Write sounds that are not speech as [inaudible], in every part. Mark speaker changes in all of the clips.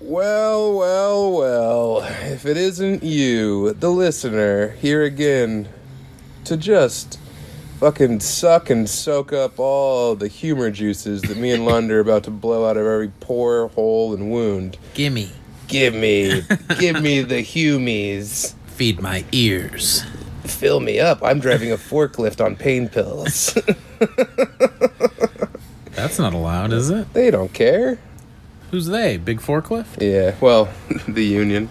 Speaker 1: Well, well, well. If it isn't you, the listener, here again to just fucking suck and soak up all the humor juices that me and Lund are about to blow out of every pore, hole, and wound.
Speaker 2: Gimme.
Speaker 1: Give me, give me the humies.
Speaker 2: Feed my ears.
Speaker 1: Fill me up. I'm driving a forklift on pain pills. [laughs]
Speaker 2: That's not allowed, is it?
Speaker 1: they don't care.
Speaker 2: Who's they? Big forklift?
Speaker 1: Yeah, well, [laughs] the union.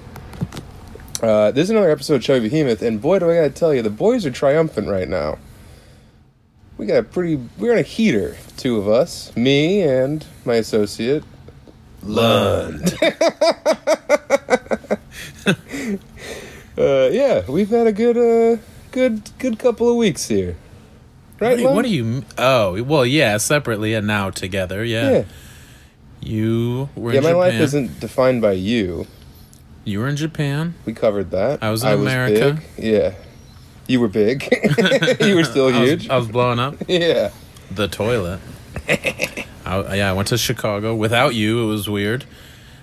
Speaker 1: Uh, this is another episode of Chubby Behemoth, and boy, do I gotta tell you, the boys are triumphant right now. We got a pretty, we're on a heater, two of us, me and my associate.
Speaker 2: Lund.
Speaker 1: [laughs] Uh, yeah, we've had a good, uh, good, good couple of weeks here, right?
Speaker 2: Wait,
Speaker 1: Lon?
Speaker 2: what do you? m- Oh, well, yeah, separately and now together. Yeah.
Speaker 1: Yeah,
Speaker 2: You were
Speaker 1: yeah.
Speaker 2: in
Speaker 1: My
Speaker 2: Japan.
Speaker 1: life isn't defined by you.
Speaker 2: You were in Japan.
Speaker 1: We covered that.
Speaker 2: I was in America.
Speaker 1: big. Yeah, you were
Speaker 2: [laughs]
Speaker 1: big. [laughs] you were still
Speaker 2: I was-
Speaker 1: huge.
Speaker 2: I was, blowing up
Speaker 1: yeah. [laughs]
Speaker 2: the toilet. I, yeah, I went to Chicago without you. It was weird.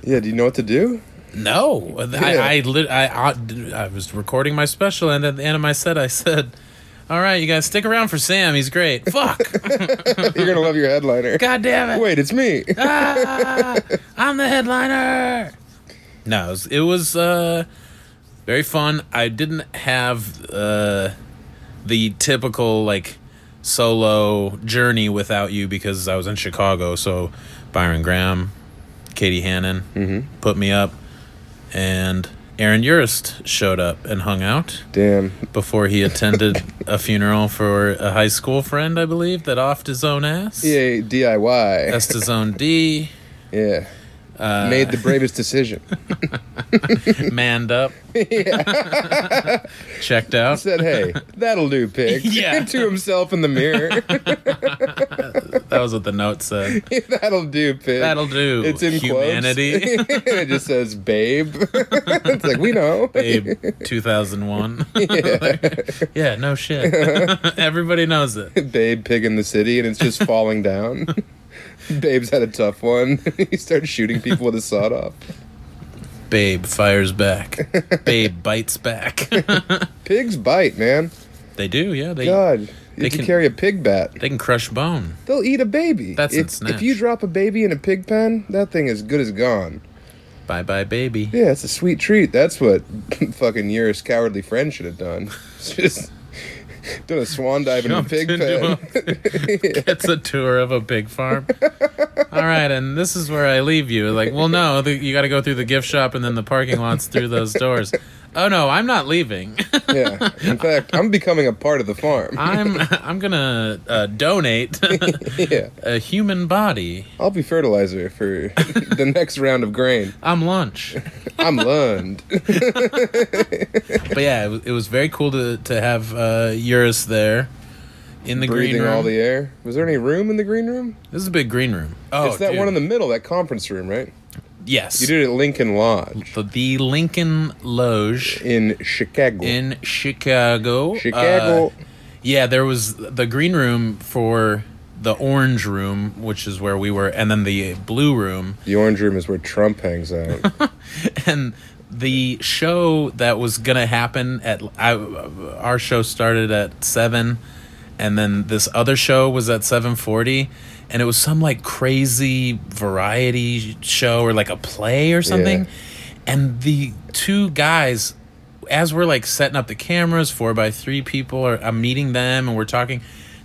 Speaker 1: Yeah. Do you know what to
Speaker 2: [laughs]
Speaker 1: do?
Speaker 2: No,
Speaker 1: Yeah.
Speaker 2: I I, lit, I I I was recording my special, and at the end of my set, I said, "All right, you guys stick around for Sam. He's great." Fuck, [laughs]
Speaker 1: You're gonna love your headliner.
Speaker 2: god damn it!
Speaker 1: Wait, it's
Speaker 2: [laughs]
Speaker 1: me.
Speaker 2: Ah, I'm the headliner. No, it was, it was uh, very fun. I didn't have uh, the typical like solo journey without you because I was in Chicago. So Byron Graham, Katie Hannon put me up, and Aaron Urist showed up and hung out
Speaker 1: Damn.
Speaker 2: before he attended a funeral for a high school friend, I believe, that offed his own ass.
Speaker 1: Yeah, DIY.
Speaker 2: That's Uh, his own D.
Speaker 1: yeah. Made the
Speaker 2: [laughs]
Speaker 1: bravest decision. [laughs]
Speaker 2: manned up, [laughs] checked out.
Speaker 1: Said, "Hey, that'll do, pig."
Speaker 2: [laughs] Yeah.
Speaker 1: [laughs] to himself in the mirror. [laughs]
Speaker 2: That was what the note said.
Speaker 1: that'll do, pig.
Speaker 2: That'll do.
Speaker 1: It's in [laughs]
Speaker 2: humanity.
Speaker 1: Quotes. it just says, "Babe." [laughs] it's like we know.
Speaker 2: Babe, 2001. [laughs] Yeah. no shit. [laughs] Everybody knows
Speaker 1: [laughs]
Speaker 2: it.
Speaker 1: Babe, pig in the city, and it's just falling down. [laughs] Babe's had a tough one. [laughs] he started shooting people with a sawed off.
Speaker 2: Babe fires back. Babe bites back. [laughs]
Speaker 1: Pigs bite, man.
Speaker 2: they do, yeah. They
Speaker 1: God,
Speaker 2: They
Speaker 1: if you
Speaker 2: can-
Speaker 1: carry a pig bat,
Speaker 2: they can crush bone.
Speaker 1: they'll eat a baby.
Speaker 2: That's in
Speaker 1: if,
Speaker 2: Snatch.
Speaker 1: if you drop a baby in a pig pen, that thing is good as gone.
Speaker 2: Bye bye, baby.
Speaker 1: Yeah, it's a sweet treat. That's what [laughs] fucking Eurus cowardly friend should have done. [laughs] It's Just doing a swan dive in a
Speaker 2: Jumped
Speaker 1: pig
Speaker 2: into
Speaker 1: pen.
Speaker 2: It's a tour of a pig farm. All right, and this is where I leave you. Like, well, no, the, you got to go through the gift shop and then the parking lots through those doors. Oh, no, I'm not leaving.
Speaker 1: [laughs] yeah. In fact, I'm becoming a part of the farm. [laughs]
Speaker 2: [laughs] I'm I'm gonna uh, donate [laughs]
Speaker 1: yeah.
Speaker 2: a human body.
Speaker 1: I'll be fertilizer for [laughs] the next round of grain.
Speaker 2: I'm lunch,
Speaker 1: I'm
Speaker 2: [laughs]
Speaker 1: Lund.
Speaker 2: but yeah, it, wa- it was very cool to to have uh, Eurus there in the green
Speaker 1: Breathing
Speaker 2: room.
Speaker 1: all the air. Was there any room in the green room?
Speaker 2: this is a big green room. Oh,
Speaker 1: it's that
Speaker 2: dude.
Speaker 1: one in the middle, that conference room, right?
Speaker 2: yes,
Speaker 1: You did it at Lincoln Lodge
Speaker 2: the, the Lincoln Loge
Speaker 1: in Chicago.
Speaker 2: in Chicago.
Speaker 1: Chicago.
Speaker 2: Uh, yeah, there was the green room for the orange room, which is where we were, and then the blue room.
Speaker 1: the orange room is where Trump hangs out.
Speaker 2: [laughs] and the show that was gonna happen at I, our show started at seven, and then this other show was at seven forty, and it was some like crazy variety show or like a play or something, and the two guys. As we're like setting up the cameras, four by three people are I'm meeting them and we're talking.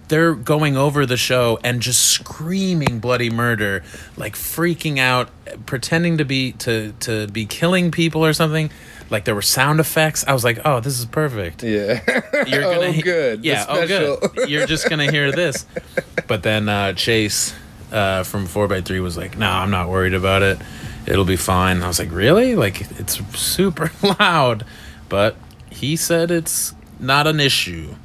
Speaker 2: They're going over the show and just screaming bloody murder, like freaking out, pretending to be to to be killing people or something. Like there were sound effects. I was like, "Oh, this is perfect." [laughs]
Speaker 1: yeah.
Speaker 2: You're
Speaker 1: oh,
Speaker 2: gonna he-
Speaker 1: good. The
Speaker 2: Yeah, oh
Speaker 1: special.
Speaker 2: good. [laughs] You're just gonna hear this. But then uh, Chase uh, from Four by Three was like, "No, I'm not worried about it. It'll be fine." And I was like, "Really? Like it's super [laughs] loud." But he said it's not an issue.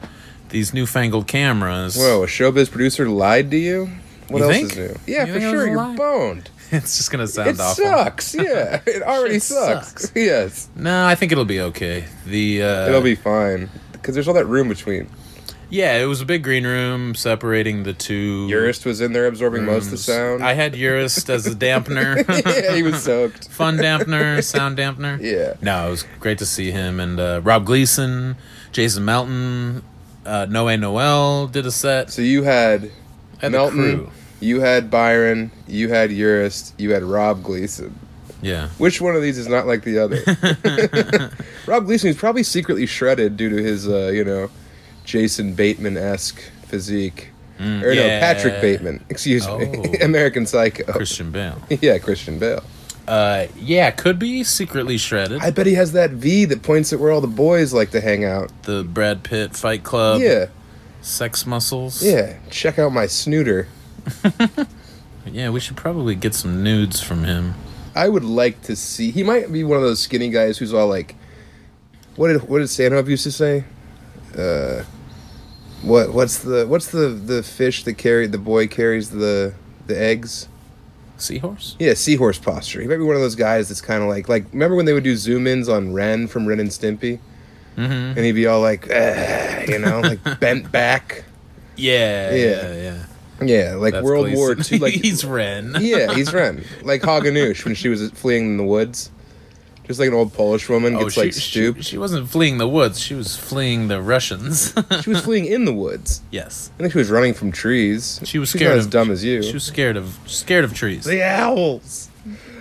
Speaker 2: These newfangled cameras.
Speaker 1: Whoa, a showbiz producer lied to you? What
Speaker 2: You
Speaker 1: else
Speaker 2: think?
Speaker 1: is new? Yeah,
Speaker 2: You
Speaker 1: for
Speaker 2: think it was
Speaker 1: sure.
Speaker 2: a
Speaker 1: You're
Speaker 2: lie?
Speaker 1: boned.
Speaker 2: [laughs] It's just gonna sound
Speaker 1: It
Speaker 2: awful.
Speaker 1: sucks.
Speaker 2: [laughs]
Speaker 1: Yeah, it already
Speaker 2: Shit
Speaker 1: sucks.
Speaker 2: sucks.
Speaker 1: Yes,
Speaker 2: No, I think it'll be okay. The uh, Hmm.
Speaker 1: it'll be fine because there's all that room between.
Speaker 2: Yeah, it was a big green room separating the two.
Speaker 1: Urist was in there absorbing most of the
Speaker 2: rooms.
Speaker 1: sound.
Speaker 2: I had Urist as a dampener.
Speaker 1: [laughs] yeah, he
Speaker 2: [laughs]
Speaker 1: was soaked. [laughs]
Speaker 2: Fun dampener, sound dampener.
Speaker 1: Yeah.
Speaker 2: No, it was great to see him and uh, Rob Gleason, Jason Melton, uh, Noé Noel did a set.
Speaker 1: So you had
Speaker 2: Had the
Speaker 1: Melton,
Speaker 2: crew.
Speaker 1: you had Byron, you had Urist, you had Rob Gleason.
Speaker 2: Yeah.
Speaker 1: Which one of these is not like the other?
Speaker 2: [laughs]
Speaker 1: Rob Gleason is probably secretly shredded due to his, uh, you know, Jason Bateman esque physique. or no,
Speaker 2: Hmm. yeah.
Speaker 1: Patrick Bateman. Excuse me, [laughs]
Speaker 2: Oh.
Speaker 1: American Psycho.
Speaker 2: Christian Bale.
Speaker 1: [laughs] yeah, Christian Bale.
Speaker 2: Uh, yeah, could be secretly shredded.
Speaker 1: I bet he has that V that points at where all the boys like to hang out.
Speaker 2: the Brad Pitt Fight Club.
Speaker 1: yeah,
Speaker 2: Sex muscles.
Speaker 1: yeah. Check out my snooter.
Speaker 2: Yeah, we should probably get some nudes from him.
Speaker 1: I would like to see. He might be one of those skinny guys who's all like, "What did what did Stanhope used to say? Uh, what what's the what's the the fish that carried the boy carries the the eggs?
Speaker 2: Seahorse?
Speaker 1: Yeah, seahorse posture. He might be one of those guys that's kind of like like remember when they would do zoom ins on Ren from Ren and Stimpy,
Speaker 2: Mhm.
Speaker 1: and he'd be all like, "Ah," you know,
Speaker 2: [laughs]
Speaker 1: like bent back.
Speaker 2: Yeah.
Speaker 1: Yeah.
Speaker 2: Yeah, yeah.
Speaker 1: Yeah, like
Speaker 2: That's
Speaker 1: World
Speaker 2: Gleason.
Speaker 1: War Two. Like
Speaker 2: [laughs] he's Ren.
Speaker 1: yeah, he's Ren. Like Haganoush when she was fleeing in the woods. Just like an old Polish woman
Speaker 2: Oh,
Speaker 1: gets
Speaker 2: she,
Speaker 1: like
Speaker 2: she,
Speaker 1: stooped.
Speaker 2: she wasn't fleeing the woods. She was fleeing the Russians. [laughs]
Speaker 1: She was fleeing in the woods.
Speaker 2: yes,
Speaker 1: I think she was running from trees.
Speaker 2: she was
Speaker 1: She's
Speaker 2: scared
Speaker 1: not as
Speaker 2: of
Speaker 1: dumb as you.
Speaker 2: She was scared of scared of trees.
Speaker 1: the owls.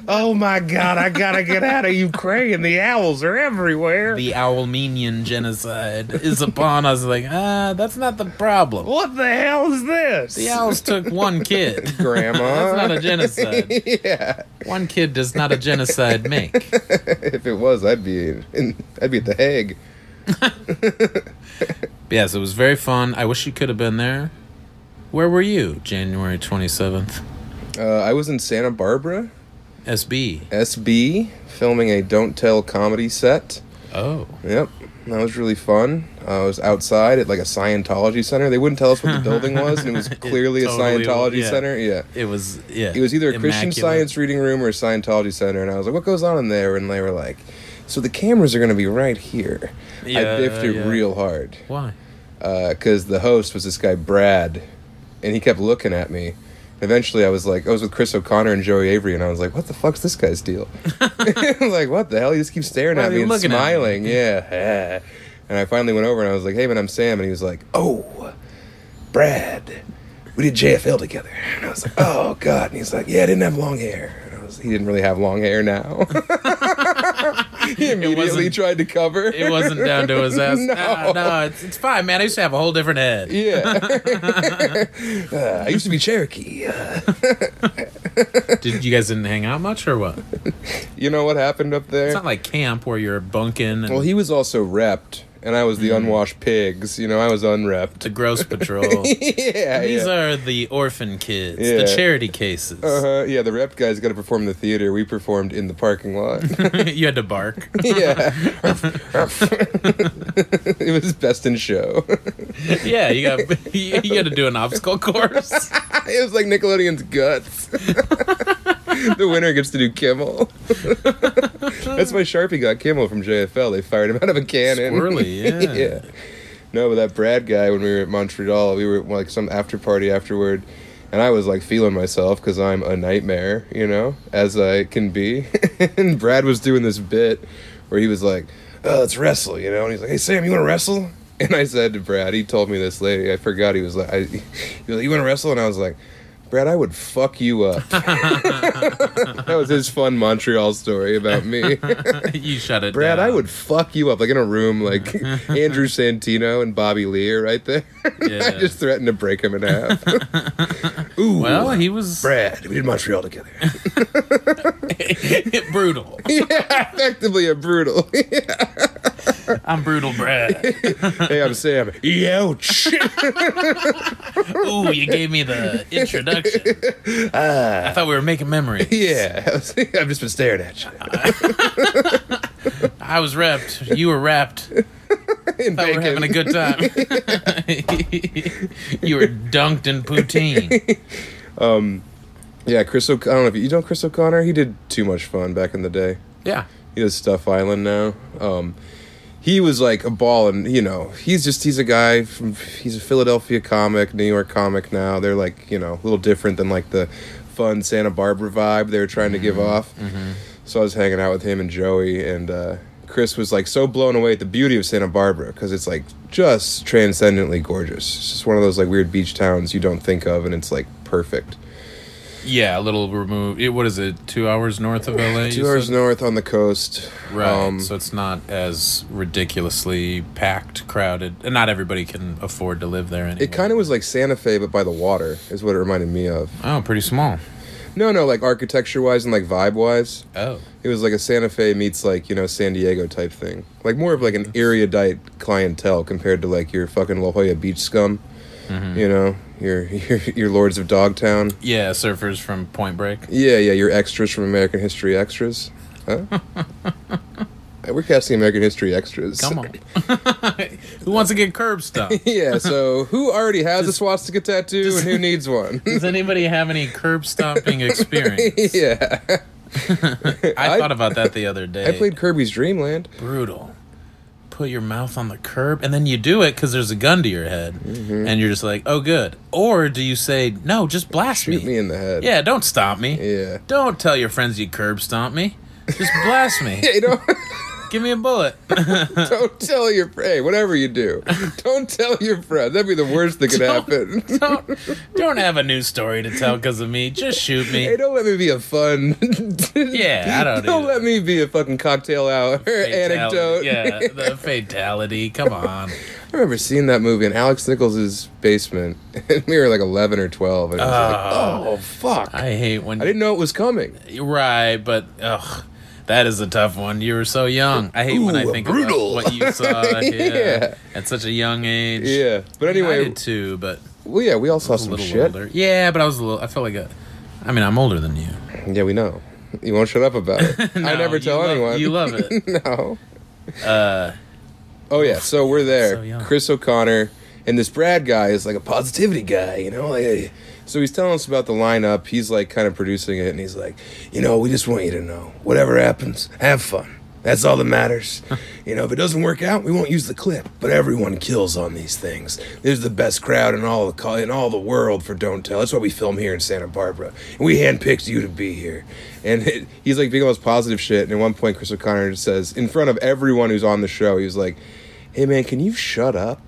Speaker 1: Oh my god, I gotta get out of Ukraine. The owls are everywhere.
Speaker 2: The Owlmenian genocide [laughs] is upon us. Like ah, that's not the problem.
Speaker 1: what the hell is this?
Speaker 2: The owls took one kid. [laughs]
Speaker 1: Grandma.
Speaker 2: That's not a genocide.
Speaker 1: [laughs] yeah.
Speaker 2: One kid does not a genocide make.
Speaker 1: If it was, I'd be in, in I'd be at the Hague.
Speaker 2: Yes, it was very fun. I wish you could have been there. Where were you, January twenty seventh?
Speaker 1: Uh, I was in Santa Barbara,
Speaker 2: SB.
Speaker 1: SB, filming a Don't Tell comedy set.
Speaker 2: Oh,
Speaker 1: Yep, that was really fun. I was outside at like a Scientology center. They wouldn't tell us what the building was, and it
Speaker 2: [laughs]
Speaker 1: was clearly a
Speaker 2: totally
Speaker 1: Scientology
Speaker 2: was, yeah.
Speaker 1: center. Yeah,
Speaker 2: it was yeah.
Speaker 1: it was either a Christian
Speaker 2: immaculate.
Speaker 1: Science reading room or a Scientology center, and I was like, "What goes on in there?" And they were like, "So the cameras are going to be right here." I
Speaker 2: Yeah,
Speaker 1: biffed it
Speaker 2: yeah.
Speaker 1: real hard
Speaker 2: Why?
Speaker 1: because uh, the host was this guy Brad, and he kept looking at me. Eventually, I was like, I was with Chris O'Connor and Joey Avery, and I was like, "What the fuck's this guy's
Speaker 2: [laughs]
Speaker 1: deal?" [laughs] I was like, "What the hell?" He just keeps staring
Speaker 2: Why
Speaker 1: at
Speaker 2: are
Speaker 1: me
Speaker 2: you
Speaker 1: and
Speaker 2: looking at me?
Speaker 1: smiling. Yeah, yeah. [laughs] And I finally went over and I was like, "Hey, man, I'm Sam," and he was like, "Oh, Brad, we did JFL together." And I
Speaker 2: [laughs]
Speaker 1: was like, "Oh God," and he's like, "Yeah, I didn't have long hair." And I was, he didn't really have long hair now. [laughs] he immediately
Speaker 2: wasn't-
Speaker 1: tried to cover.
Speaker 2: It wasn't down
Speaker 1: [laughs]
Speaker 2: to his ass.
Speaker 1: No.
Speaker 2: Ah, no, it's, it's fine, man. I used to have a whole different head. [laughs]
Speaker 1: Yeah. Uh, I used to be Cherokee. Uh,
Speaker 2: Did you guys didn't hang out much or what? It's
Speaker 1: you know what happened up there?
Speaker 2: not like camp where you're bunking and
Speaker 1: Well, he was also repped, and I was the
Speaker 2: Hmm.
Speaker 1: unwashed pigs. You know, I was unrepped.
Speaker 2: [laughs]
Speaker 1: [laughs]
Speaker 2: the gross patrol.
Speaker 1: yeah,
Speaker 2: These
Speaker 1: yeah.
Speaker 2: are the orphan kids,
Speaker 1: Yeah.
Speaker 2: the charity cases.
Speaker 1: uh-huh. Yeah, the rep guys got to perform in the theater. We performed in the parking lot. [laughs]
Speaker 2: [laughs] [laughs] you had to bark.
Speaker 1: yeah. [laughs] it was best in show. [laughs]
Speaker 2: yeah, you got [laughs] you, you had to do an obstacle
Speaker 1: [laughs]
Speaker 2: course.
Speaker 1: it was like Nickelodeon's guts. [laughs] the winner gets to do Kimmel. [laughs] That's why Sharpie got Kimmel from JFL. They fired him out of a cannon. [laughs]
Speaker 2: Squirrely, yeah.
Speaker 1: yeah. No, but that Brad guy when we were at Montreal, we were at, like some after party afterward, and I was like feeling myself because I'm a nightmare, you know, as I can be. [laughs] and Brad was doing this bit where he was like, "Oh, let's wrestle," you know, and he's like, "Hey Sam, you want to wrestle?" [laughs] And I said to Brad, he told me this later. I forgot he was like, I, [laughs] he was like, "You want to wrestle?" And I was like. Brad, I would fuck you up. [laughs] that was his fun Montreal story about me.
Speaker 2: [laughs] you shut it
Speaker 1: Brad,
Speaker 2: down.
Speaker 1: I would fuck you up like in a room
Speaker 2: [laughs]
Speaker 1: like Andrew Santino and Bobby Lee are right there. [laughs] I
Speaker 2: Yeah.
Speaker 1: just threatened to break him in half. Ooh,
Speaker 2: Well, he
Speaker 1: [laughs]
Speaker 2: was
Speaker 1: Brad, we did Montreal together.
Speaker 2: [laughs]
Speaker 1: [laughs]
Speaker 2: brutal.
Speaker 1: yeah, effectively a brutal.
Speaker 2: I'm brutal, Brad.
Speaker 1: [laughs] hey, I'm Sam. oh, Ouch.
Speaker 2: Ooh, you gave me the introduction.
Speaker 1: [laughs] Ah.
Speaker 2: I thought we were making
Speaker 1: [laughs]
Speaker 2: memories.
Speaker 1: yeah, [laughs] I've just been staring at you.
Speaker 2: I was repped. You were wrapped.
Speaker 1: In
Speaker 2: Thought we were having a good
Speaker 1: [laughs]
Speaker 2: time. [laughs] you were dunked in poutine.
Speaker 1: yeah, Chris O'Connor. I don't know if you, you know Chris O'Connor. He did too much fun back in the day.
Speaker 2: Yeah.
Speaker 1: He does Stuff Island now. Um, he was like a ball, and you know, he's just he's a guy from he's a Philadelphia comic, New York comic now. They're like you know a little different than like the fun Santa Barbara vibe they were trying to give off. So I was hanging out with him and Joey, and uh, Chris was like so blown away at the beauty of Santa Barbara because it's like just transcendently gorgeous. It's just one of those like weird beach towns you don't think of, and it's like perfect.
Speaker 2: Yeah, a little removed. It, what is it? Two hours north of LA.
Speaker 1: Two hours north on the coast, Um,
Speaker 2: Right. so it's not as ridiculously packed, crowded, and not everybody can afford to live there anymore.
Speaker 1: It kind of was like Santa Fe, but by the water is what it reminded me of.
Speaker 2: Oh, pretty small.
Speaker 1: No, no, like architecture wise and like vibe wise,
Speaker 2: Oh.
Speaker 1: it was like a Santa Fe meets like you know San Diego type thing. Like more of like an erudite clientele compared to like your fucking La Jolla Beach scum.
Speaker 2: Mm-hmm.
Speaker 1: You know your, [laughs] your your lords of Dogtown.
Speaker 2: Yeah, surfers from Point Break.
Speaker 1: Yeah, yeah, your extras from American History Extras. Huh?
Speaker 2: [laughs]
Speaker 1: Hey, We're casting American History Extras.
Speaker 2: Come on. Who wants to get curb stuff?
Speaker 1: [laughs] yeah, so who already has a swastika tattoo and who needs
Speaker 2: [laughs]
Speaker 1: one? [laughs]
Speaker 2: Does anybody have any curb stomping experience?
Speaker 1: yeah.
Speaker 2: I,
Speaker 1: I-
Speaker 2: thought about that the other day.
Speaker 1: I played Kirby's Dreamland.
Speaker 2: brutal. Put your mouth on the curb, and then you do it because there's a gun to your head,
Speaker 1: Mm-hmm.
Speaker 2: and you're just like, "Oh, good." Or do you say, "No, just blast
Speaker 1: Shoot [laughs] me in the head.
Speaker 2: Yeah, don't stop me.
Speaker 1: Yeah.
Speaker 2: Don't tell your friends you curb stomp me. Just blast
Speaker 1: [laughs]
Speaker 2: me.
Speaker 1: Hey,
Speaker 2: [laughs]
Speaker 1: don't,
Speaker 2: Give me a bullet. [laughs]
Speaker 1: don't tell your hey, whatever you do, don't tell your friends. That'd be the worst that could happen.
Speaker 2: [laughs] Don't, don't have a news story to tell because of me. Just shoot
Speaker 1: Hey,
Speaker 2: me.
Speaker 1: don't let me be a fun. [laughs]
Speaker 2: Yeah, I don't
Speaker 1: Don't
Speaker 2: do
Speaker 1: let me be a fucking cocktail hour
Speaker 2: Fatality.
Speaker 1: [laughs] anecdote.
Speaker 2: Yeah, the fatality. Come on.
Speaker 1: I remember seeing that movie in Alex Nichols' basement, [laughs] and we were like eleven or twelve, and I was like, oh fuck, I,
Speaker 2: I hate when.
Speaker 1: didn't know it was coming.
Speaker 2: Right, but ugh, that is a tough one. You were so young. I hate when I
Speaker 1: Ooh,
Speaker 2: think
Speaker 1: brutal.
Speaker 2: about
Speaker 1: [laughs]
Speaker 2: what you saw
Speaker 1: Yeah.
Speaker 2: yeah, at such a young age.
Speaker 1: Yeah, but
Speaker 2: I
Speaker 1: anyway,
Speaker 2: did too, but
Speaker 1: well, yeah, we all saw
Speaker 2: a
Speaker 1: some
Speaker 2: little
Speaker 1: shit.
Speaker 2: older. Yeah, but I was a little. I felt like a. I mean, I'm older than you.
Speaker 1: Yeah, we know. You won't shut up about
Speaker 2: [laughs]
Speaker 1: it. I
Speaker 2: No,
Speaker 1: never
Speaker 2: you
Speaker 1: tell
Speaker 2: love-
Speaker 1: anyone.
Speaker 2: You
Speaker 1: [laughs]
Speaker 2: love it.
Speaker 1: no. oh yeah, so we're there.
Speaker 2: Uh, So young.
Speaker 1: Chris O'Connor and this Brad guy is like a positivity guy, you know. Like, eh. so he's telling us about the lineup. He's like kind of producing it, and he's like, you know, we just want you to know, whatever happens, have fun. That's all that matters. you know, if it doesn't work out, we won't use the clip. But everyone kills on these things. There's the best crowd in all the co- in all the world for Don't Tell. That's why we film here in Santa Barbara, and we handpicked you to be here. And [laughs] it, he's like being all this positive shit. And at one point, Chris O'Connor just says in front of everyone who's on the show, he was like. Hey man, can you shut
Speaker 2: [laughs]
Speaker 1: up?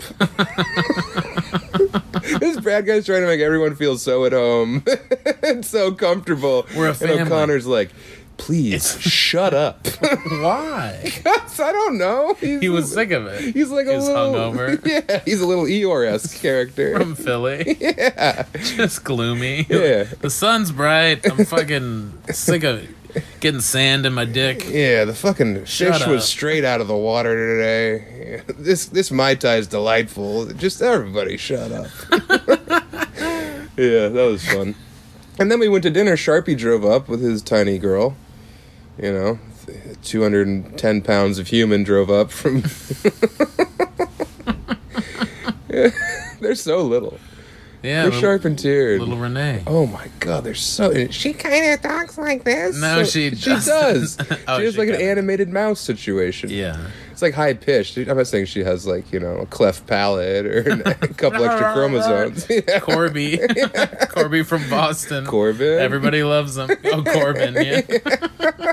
Speaker 1: this Brad guy's trying to make everyone feel so at home [laughs] and so comfortable.
Speaker 2: We're a family.
Speaker 1: And O'Connor's like, please
Speaker 2: [laughs]
Speaker 1: shut up. [laughs]
Speaker 2: Why?
Speaker 1: I don't know. He's,
Speaker 2: [laughs] He was sick of it.
Speaker 1: He's like a
Speaker 2: He was
Speaker 1: little
Speaker 2: hungover.
Speaker 1: [laughs] Yeah, he's a little Eeyore esque character.
Speaker 2: from Philly. [laughs] Yeah. Just gloomy.
Speaker 1: Yeah.
Speaker 2: The sun's bright. I'm fucking sick of getting sand in my dick.
Speaker 1: Yeah, the fucking
Speaker 2: Shut
Speaker 1: fish was
Speaker 2: up.
Speaker 1: straight out of the water today. [laughs] Yeah, This this mai tai is delightful. Just everybody, shut up. [laughs] yeah, that was fun. And then we went to dinner. Sharpie drove up with his tiny girl. You know, two hundred and ten pounds of human drove up
Speaker 2: [laughs]
Speaker 1: from. [laughs] Yeah, they're so little.
Speaker 2: Yeah.
Speaker 1: They're
Speaker 2: little-
Speaker 1: sharp and tiered.
Speaker 2: Little Renee.
Speaker 1: Oh my god, they're so. She kind of talks like this.
Speaker 2: No,
Speaker 1: So-
Speaker 2: she
Speaker 1: she does.
Speaker 2: doesn't. [laughs] Oh,
Speaker 1: she has
Speaker 2: she
Speaker 1: like an
Speaker 2: doesn't.
Speaker 1: animated mouse situation.
Speaker 2: Yeah.
Speaker 1: it's like high pitched. I'm not saying she has like you know a cleft palate or [laughs] a couple extra chromosomes. [laughs] Yeah.
Speaker 2: Corby. [laughs] Corby from Boston.
Speaker 1: Corbin.
Speaker 2: Everybody loves him. Oh, Corbin, yeah.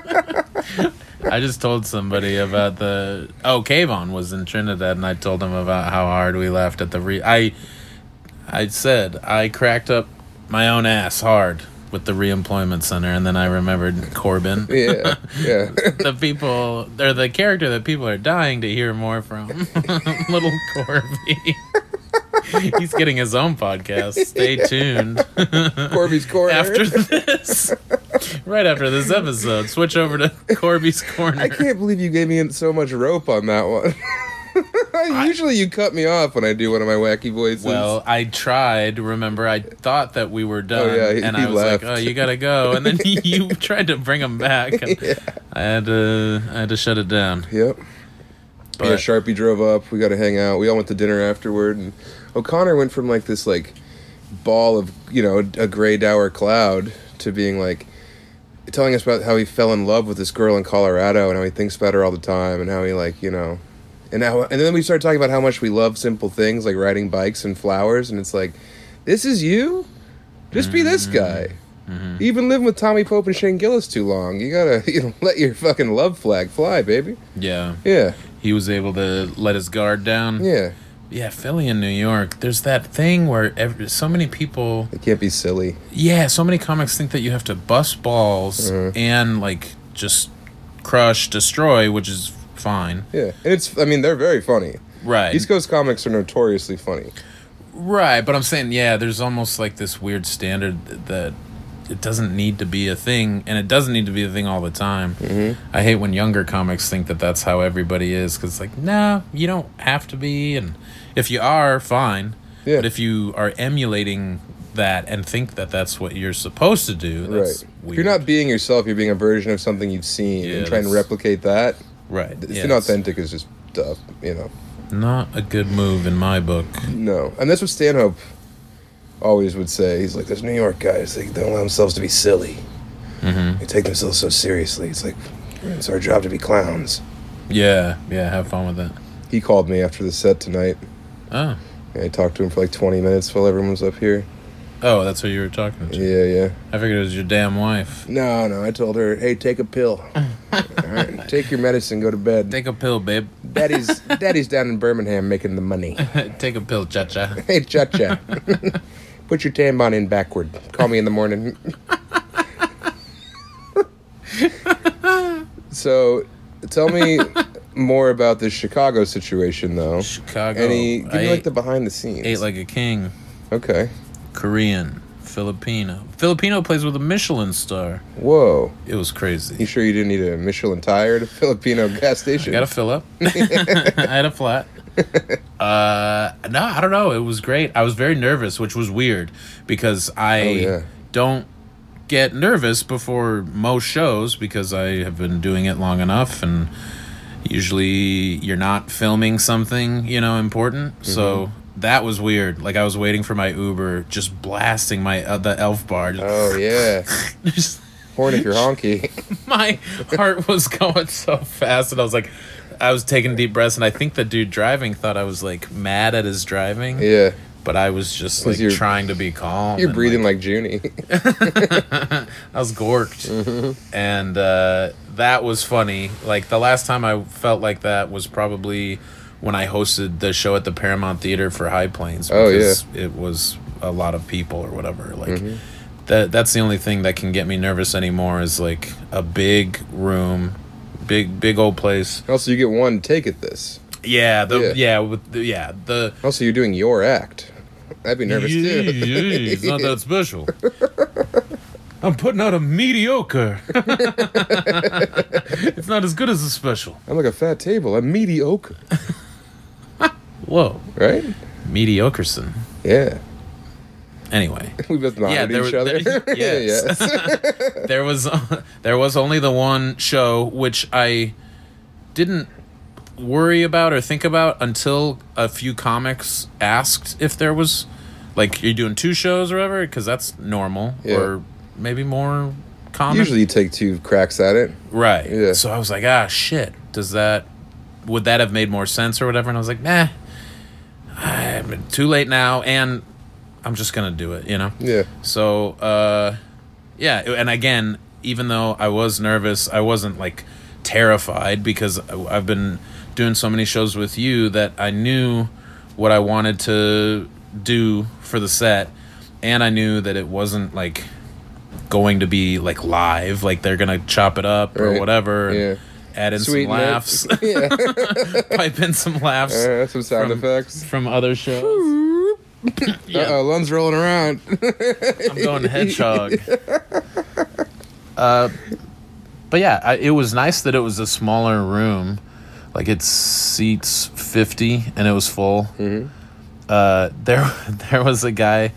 Speaker 2: I just told somebody about the. Oh, Kayvon was in Trinidad, and I told him about how hard we laughed at the. Re- I, I said I cracked up my own ass hard with the reemployment center, and then I remembered Corbin.
Speaker 1: yeah, yeah.
Speaker 2: [laughs] The people, they're the character that people are dying to hear more from. [laughs] Little Corby. [laughs] He's getting his own podcast. Stay tuned [laughs]
Speaker 1: Corby's corner. [laughs]
Speaker 2: after this. right after this episode, switch over to Corby's Corner.
Speaker 1: I can't believe you gave me so much rope on that one. [laughs] Usually you cut me off when I do one of my wacky voices.
Speaker 2: well, I tried. Remember, I thought that we were done,
Speaker 1: Oh, yeah, he-
Speaker 2: and
Speaker 1: he
Speaker 2: I was
Speaker 1: left.
Speaker 2: like, "Oh, you gotta go." And
Speaker 1: [laughs]
Speaker 2: then [laughs] you tried to bring him back. And I had to, I had to shut it down.
Speaker 1: Yep.
Speaker 2: But
Speaker 1: yeah, Sharpie drove up. We got to hang out. We all went to dinner afterward, and O'Connor went from like this like ball of you know a gray dour cloud to being like telling us about how he fell in love with this girl in Colorado and how he thinks about her all the time and how he like you know and now and then we started talking about how much we love simple things like riding bikes and flowers, and it's like, this is you, just be this guy. You've been living with Tommy Pope and Shane Gillis too long. You gotta, [laughs] you know, let your fucking love flag fly, baby.
Speaker 2: Yeah.
Speaker 1: Yeah,
Speaker 2: He was able to let his guard down.
Speaker 1: yeah.
Speaker 2: Yeah, Philly and New York. There's that thing where ev so many people,
Speaker 1: It can't be silly.
Speaker 2: yeah, so many comics think that you have to bust balls
Speaker 1: Mm-hmm.
Speaker 2: and like just crush, destroy, which is fine.
Speaker 1: Yeah, and it's. I mean, they're very funny.
Speaker 2: Right.
Speaker 1: East Coast comics are notoriously funny.
Speaker 2: right, but I'm saying, yeah, there's almost like this weird standard th- that it doesn't need to be a thing and it doesn't need to be a thing all the time.
Speaker 1: Mm-hmm.
Speaker 2: I hate when younger comics think that that's how everybody is cuz like, nah, you don't have to be and if you are, fine.
Speaker 1: Yeah.
Speaker 2: But if you are emulating that and think that that's what you're supposed to do, that's
Speaker 1: right. If
Speaker 2: weird.
Speaker 1: you're not being yourself, you're being a version of something you've seen
Speaker 2: Yeah,
Speaker 1: and trying to
Speaker 2: that's-
Speaker 1: replicate that.
Speaker 2: right.
Speaker 1: It's
Speaker 2: yeah,
Speaker 1: inauthentic is just tough, you know.
Speaker 2: Not a good move in my book.
Speaker 1: No. And that's what Stanhope always would say. He's like, those New York guys, they don't allow themselves to be silly. They take themselves so seriously. It's like, it's our job to be clowns.
Speaker 2: Yeah, yeah, have fun with that.
Speaker 1: He called me after the set tonight.
Speaker 2: Oh.
Speaker 1: And I talked to him for like 20 minutes while everyone was up here.
Speaker 2: Oh, that's who you were talking to.
Speaker 1: Yeah, yeah.
Speaker 2: I figured it was your damn wife.
Speaker 1: No, no. I told her, hey, take a
Speaker 2: [laughs]
Speaker 1: pill. All right, take your medicine, go to bed.
Speaker 2: Take a pill, babe. [laughs]
Speaker 1: Daddy's Daddy's down in Birmingham making the money. [laughs]
Speaker 2: Take a pill, cha cha.
Speaker 1: Hey, cha
Speaker 2: [laughs]
Speaker 1: cha, put your tampon in backward. Call me in the
Speaker 2: [laughs]
Speaker 1: morning. so, tell me more about this Chicago situation, though.
Speaker 2: Chicago.
Speaker 1: Any? Give
Speaker 2: Oh, I
Speaker 1: me like
Speaker 2: ate-
Speaker 1: the behind the scenes.
Speaker 2: ate like a king.
Speaker 1: okay.
Speaker 2: Korean, Filipino. Filipino plays with a Michelin star.
Speaker 1: Whoa.
Speaker 2: It was crazy.
Speaker 1: You sure you didn't need a Michelin tire at a Filipino gas station?
Speaker 2: Gotta
Speaker 1: [laughs]
Speaker 2: fill up. I had a flat. Uh, no, I don't know. It was great. I was very nervous, which was weird because I
Speaker 1: Oh, yeah.
Speaker 2: don't get nervous before most shows because I have been doing it long enough and usually you're not filming something, you know, important. So
Speaker 1: Mm-hmm.
Speaker 2: that was weird. Like I was waiting for my Uber, just blasting my uh, the Elf bar.
Speaker 1: oh yeah.
Speaker 2: [laughs] Just-
Speaker 1: Horn if you're honky. [laughs]
Speaker 2: [laughs] my heart was going so fast and i was like i was taking deep breaths and i think the dude driving thought i was like mad at his driving
Speaker 1: yeah.
Speaker 2: but i was just like
Speaker 1: you're-
Speaker 2: trying to be calm
Speaker 1: You're
Speaker 2: and,
Speaker 1: breathing like Junie. [laughs]
Speaker 2: like, i was gorked
Speaker 1: Mm-hmm.
Speaker 2: and uh, that was funny like the last time i felt like that was probably when i hosted the show at the paramount theater for high plains
Speaker 1: Oh, yeah. Mm-hmm.
Speaker 2: it was a lot of people or whatever like that that's the only thing that can get me nervous anymore is like a big room big big old place
Speaker 1: also, you get one take at this.
Speaker 2: Yeah, the
Speaker 1: Yeah.
Speaker 2: yeah, with the, yeah the.
Speaker 1: Also, you're doing your act. I'd be nervous
Speaker 2: Yeah,
Speaker 1: too.
Speaker 2: yeah, yeah, it's not that special. I'm putting out a mediocre. [laughs] it's not as good as a special.
Speaker 1: [laughs] I'm like a fat table. I'm mediocre,
Speaker 2: Whoa,
Speaker 1: right?
Speaker 2: mediocreson.
Speaker 1: Yeah. [laughs]
Speaker 2: Anyway,
Speaker 1: We both nodded at each
Speaker 2: were-
Speaker 1: other. [laughs]
Speaker 2: there- [laughs] yes. [laughs]
Speaker 1: yeah. [laughs]
Speaker 2: there was uh, there was only the one show which I didn't worry about or think about until a few comics asked if there was like you're doing two shows or whatever because that's normal
Speaker 1: Yeah.
Speaker 2: or maybe more common
Speaker 1: Usually, you take two cracks at it.
Speaker 2: right
Speaker 1: Yeah.
Speaker 2: so i was like ah shit does that would that have made more sense or whatever and i was like nah i'm too late now and i'm just gonna do it you know
Speaker 1: Yeah.
Speaker 2: so, uh, yeah, and again, even though I was nervous, I wasn't like terrified because I- I've been doing so many shows with you that I knew what I wanted to do for the set, and I knew that it wasn't like going to be like live, like they're gonna chop it up or
Speaker 1: Right.
Speaker 2: whatever, and [laughs]
Speaker 1: Yeah.
Speaker 2: add in
Speaker 1: Sweeten it.
Speaker 2: some laughs, [laughs]
Speaker 1: yeah.
Speaker 2: pipe in some laughs
Speaker 1: [laughs] Uh, some sound
Speaker 2: From-
Speaker 1: effects.
Speaker 2: from other shows.
Speaker 1: Uh oh, Lun's rolling around. [laughs]
Speaker 2: I'm going hedgehog. uh, but yeah, I, it was nice that it was a smaller room. Like it seats 50 and it was full.
Speaker 1: Mm-hmm.
Speaker 2: Uh, there, [laughs] there was a guy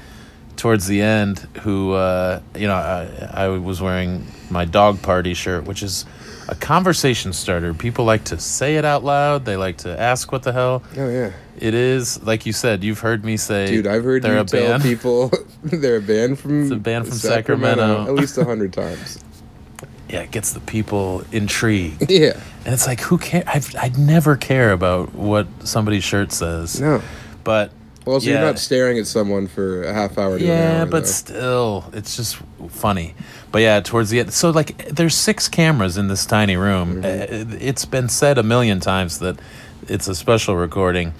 Speaker 2: towards the end who, uh, you know, I, I was wearing my dog party shirt, which is a conversation starter. People like to say it out loud. They like to ask what the hell
Speaker 1: oh, yeah.
Speaker 2: it is. Like you said, you've heard me say,
Speaker 1: Dude, I've heard
Speaker 2: they're
Speaker 1: you
Speaker 2: a
Speaker 1: tell
Speaker 2: band. [laughs]
Speaker 1: people [laughs] they're a band from
Speaker 2: a band from Sacramento.
Speaker 1: at least a hundred times. [laughs]
Speaker 2: yeah, it gets the people intrigued.
Speaker 1: Yeah.
Speaker 2: And it's like, who care? I've, I never care about what somebody's shirt says.
Speaker 1: No.
Speaker 2: But
Speaker 1: Well, so
Speaker 2: yeah,
Speaker 1: you're not staring at someone for a half hour to an
Speaker 2: yeah,
Speaker 1: hour,
Speaker 2: but
Speaker 1: though.
Speaker 2: still, it's just funny. But yeah, towards the end, so like there's six cameras in this tiny room. Uh, It's been said a million times that it's a special recording,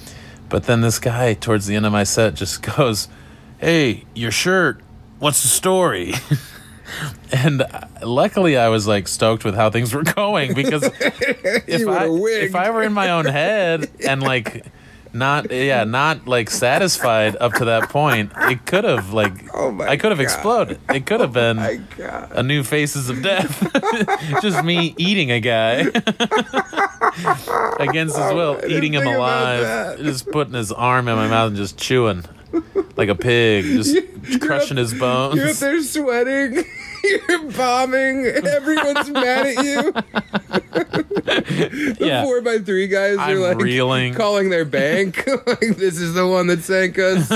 Speaker 2: but then this guy towards the end of my set just [laughs] goes, "Hey, your shirt. What's the story?" [laughs] and uh, luckily, I was like stoked with how things were [laughs] going because if
Speaker 1: You would've
Speaker 2: I if
Speaker 1: wigged.
Speaker 2: I were in my own head and like. Not yeah, not like satisfied up to that point. It could have like
Speaker 1: Oh my
Speaker 2: I could have
Speaker 1: God. Oh
Speaker 2: exploded. It could have
Speaker 1: [laughs]
Speaker 2: been
Speaker 1: My God.
Speaker 2: a new faces of death. [laughs] Just me eating a guy [laughs] against his will,
Speaker 1: Oh, I didn't
Speaker 2: eating him
Speaker 1: think about
Speaker 2: alive,
Speaker 1: that.
Speaker 2: just putting his arm in my mouth and just chewing like a
Speaker 1: [laughs]
Speaker 2: pig, just crushing
Speaker 1: up-
Speaker 2: his
Speaker 1: You're up
Speaker 2: bones.
Speaker 1: there sweating. [laughs] You're bombing. Everyone's mad at you. The
Speaker 2: [laughs] Yeah.
Speaker 1: four by three guys
Speaker 2: I'm
Speaker 1: are like
Speaker 2: reeling.
Speaker 1: calling their bank. [laughs] like this is the one that sank us.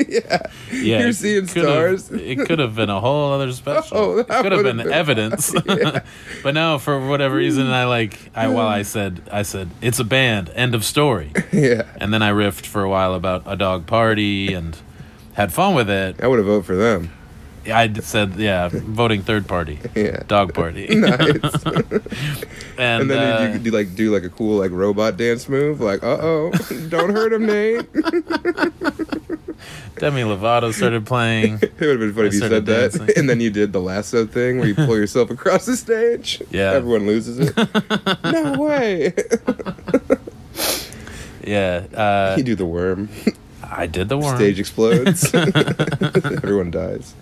Speaker 1: [laughs] yeah. [laughs]
Speaker 2: Yeah,
Speaker 1: You're
Speaker 2: it
Speaker 1: seeing
Speaker 2: could have-
Speaker 1: stars.
Speaker 2: It could have been a
Speaker 1: [laughs]
Speaker 2: whole other special.
Speaker 1: Oh,
Speaker 2: it
Speaker 1: that
Speaker 2: could have
Speaker 1: would've
Speaker 2: been,
Speaker 1: been- [laughs]
Speaker 2: evidence. [laughs] but no, for whatever reason, I like. I
Speaker 1: [sighs]
Speaker 2: while I said, I said it's a band. End of story.
Speaker 1: Yeah.
Speaker 2: And then I riffed for a while about a dog party and had fun with it.
Speaker 1: I would have voted for them.
Speaker 2: I d- said, yeah, voting third party,
Speaker 1: Yeah.
Speaker 2: dog party.
Speaker 1: [laughs] Nice.
Speaker 2: [laughs] And,
Speaker 1: And then
Speaker 2: uh,
Speaker 1: you could do like do like a cool like robot dance move, like uh oh, [laughs] don't hurt him, Nate. [laughs] it
Speaker 2: Demi Lovato
Speaker 1: [laughs]
Speaker 2: started playing.
Speaker 1: would have been funny if you said
Speaker 2: started
Speaker 1: that,
Speaker 2: dancing.
Speaker 1: and then you did the lasso thing where you
Speaker 2: [laughs]
Speaker 1: pull yourself across the stage.
Speaker 2: Yeah.
Speaker 1: everyone loses
Speaker 2: [laughs]
Speaker 1: it. no way. [laughs]
Speaker 2: Yeah, uh,
Speaker 1: you do the worm.
Speaker 2: I did the worm.
Speaker 1: Stage
Speaker 2: [laughs]
Speaker 1: explodes. [laughs] everyone dies.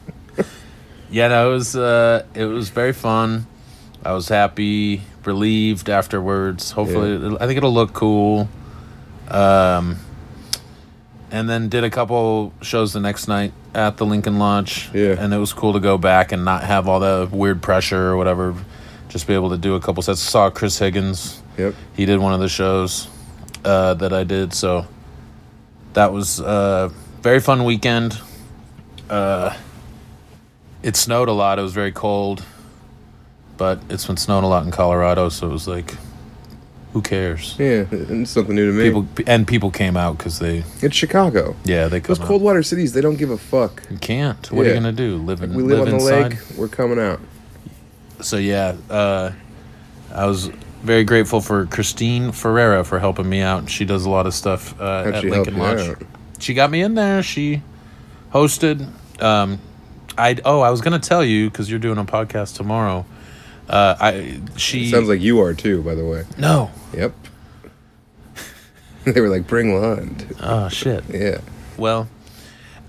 Speaker 2: Yeah, no, it was uh, it was very fun. I was happy, relieved afterwards. Hopefully, it'll- I think it'll look cool. Um, and then did a couple shows the next night at the Lincoln Lodge.
Speaker 1: Yeah.
Speaker 2: and it was cool to go back and not have all the weird pressure or whatever. Just be able to do a couple sets. Saw Chris Higgins.
Speaker 1: Yep.
Speaker 2: He did one of the shows uh, that I did, so that was a very fun weekend. Uh, it snowed a lot. It was very cold, but it's been snowing a lot in Colorado, so it was like, who cares?
Speaker 1: Yeah, and it's something new to me.
Speaker 2: People and people came out because they
Speaker 1: it's Chicago.
Speaker 2: yeah they come
Speaker 1: Those
Speaker 2: out.
Speaker 1: cold water cities, they don't give a fuck.
Speaker 2: You can't. What are you
Speaker 1: Yeah.
Speaker 2: gonna do? Live in
Speaker 1: We live, on the
Speaker 2: inside?
Speaker 1: lake. We're coming out.
Speaker 2: So yeah, uh, I was very grateful for Christine Ferreira for helping me out. She does a lot of stuff uh,
Speaker 1: How'd
Speaker 2: at
Speaker 1: she
Speaker 2: Lincoln
Speaker 1: help
Speaker 2: Lodge.
Speaker 1: you out?
Speaker 2: She got me in there. She hosted. Um, I oh I was gonna tell you because you're doing a podcast tomorrow. Uh, I she
Speaker 1: Sounds like you are too, by the way.
Speaker 2: no
Speaker 1: Yep. [laughs] they were like, bring Lund.
Speaker 2: oh shit
Speaker 1: Yeah.
Speaker 2: Well,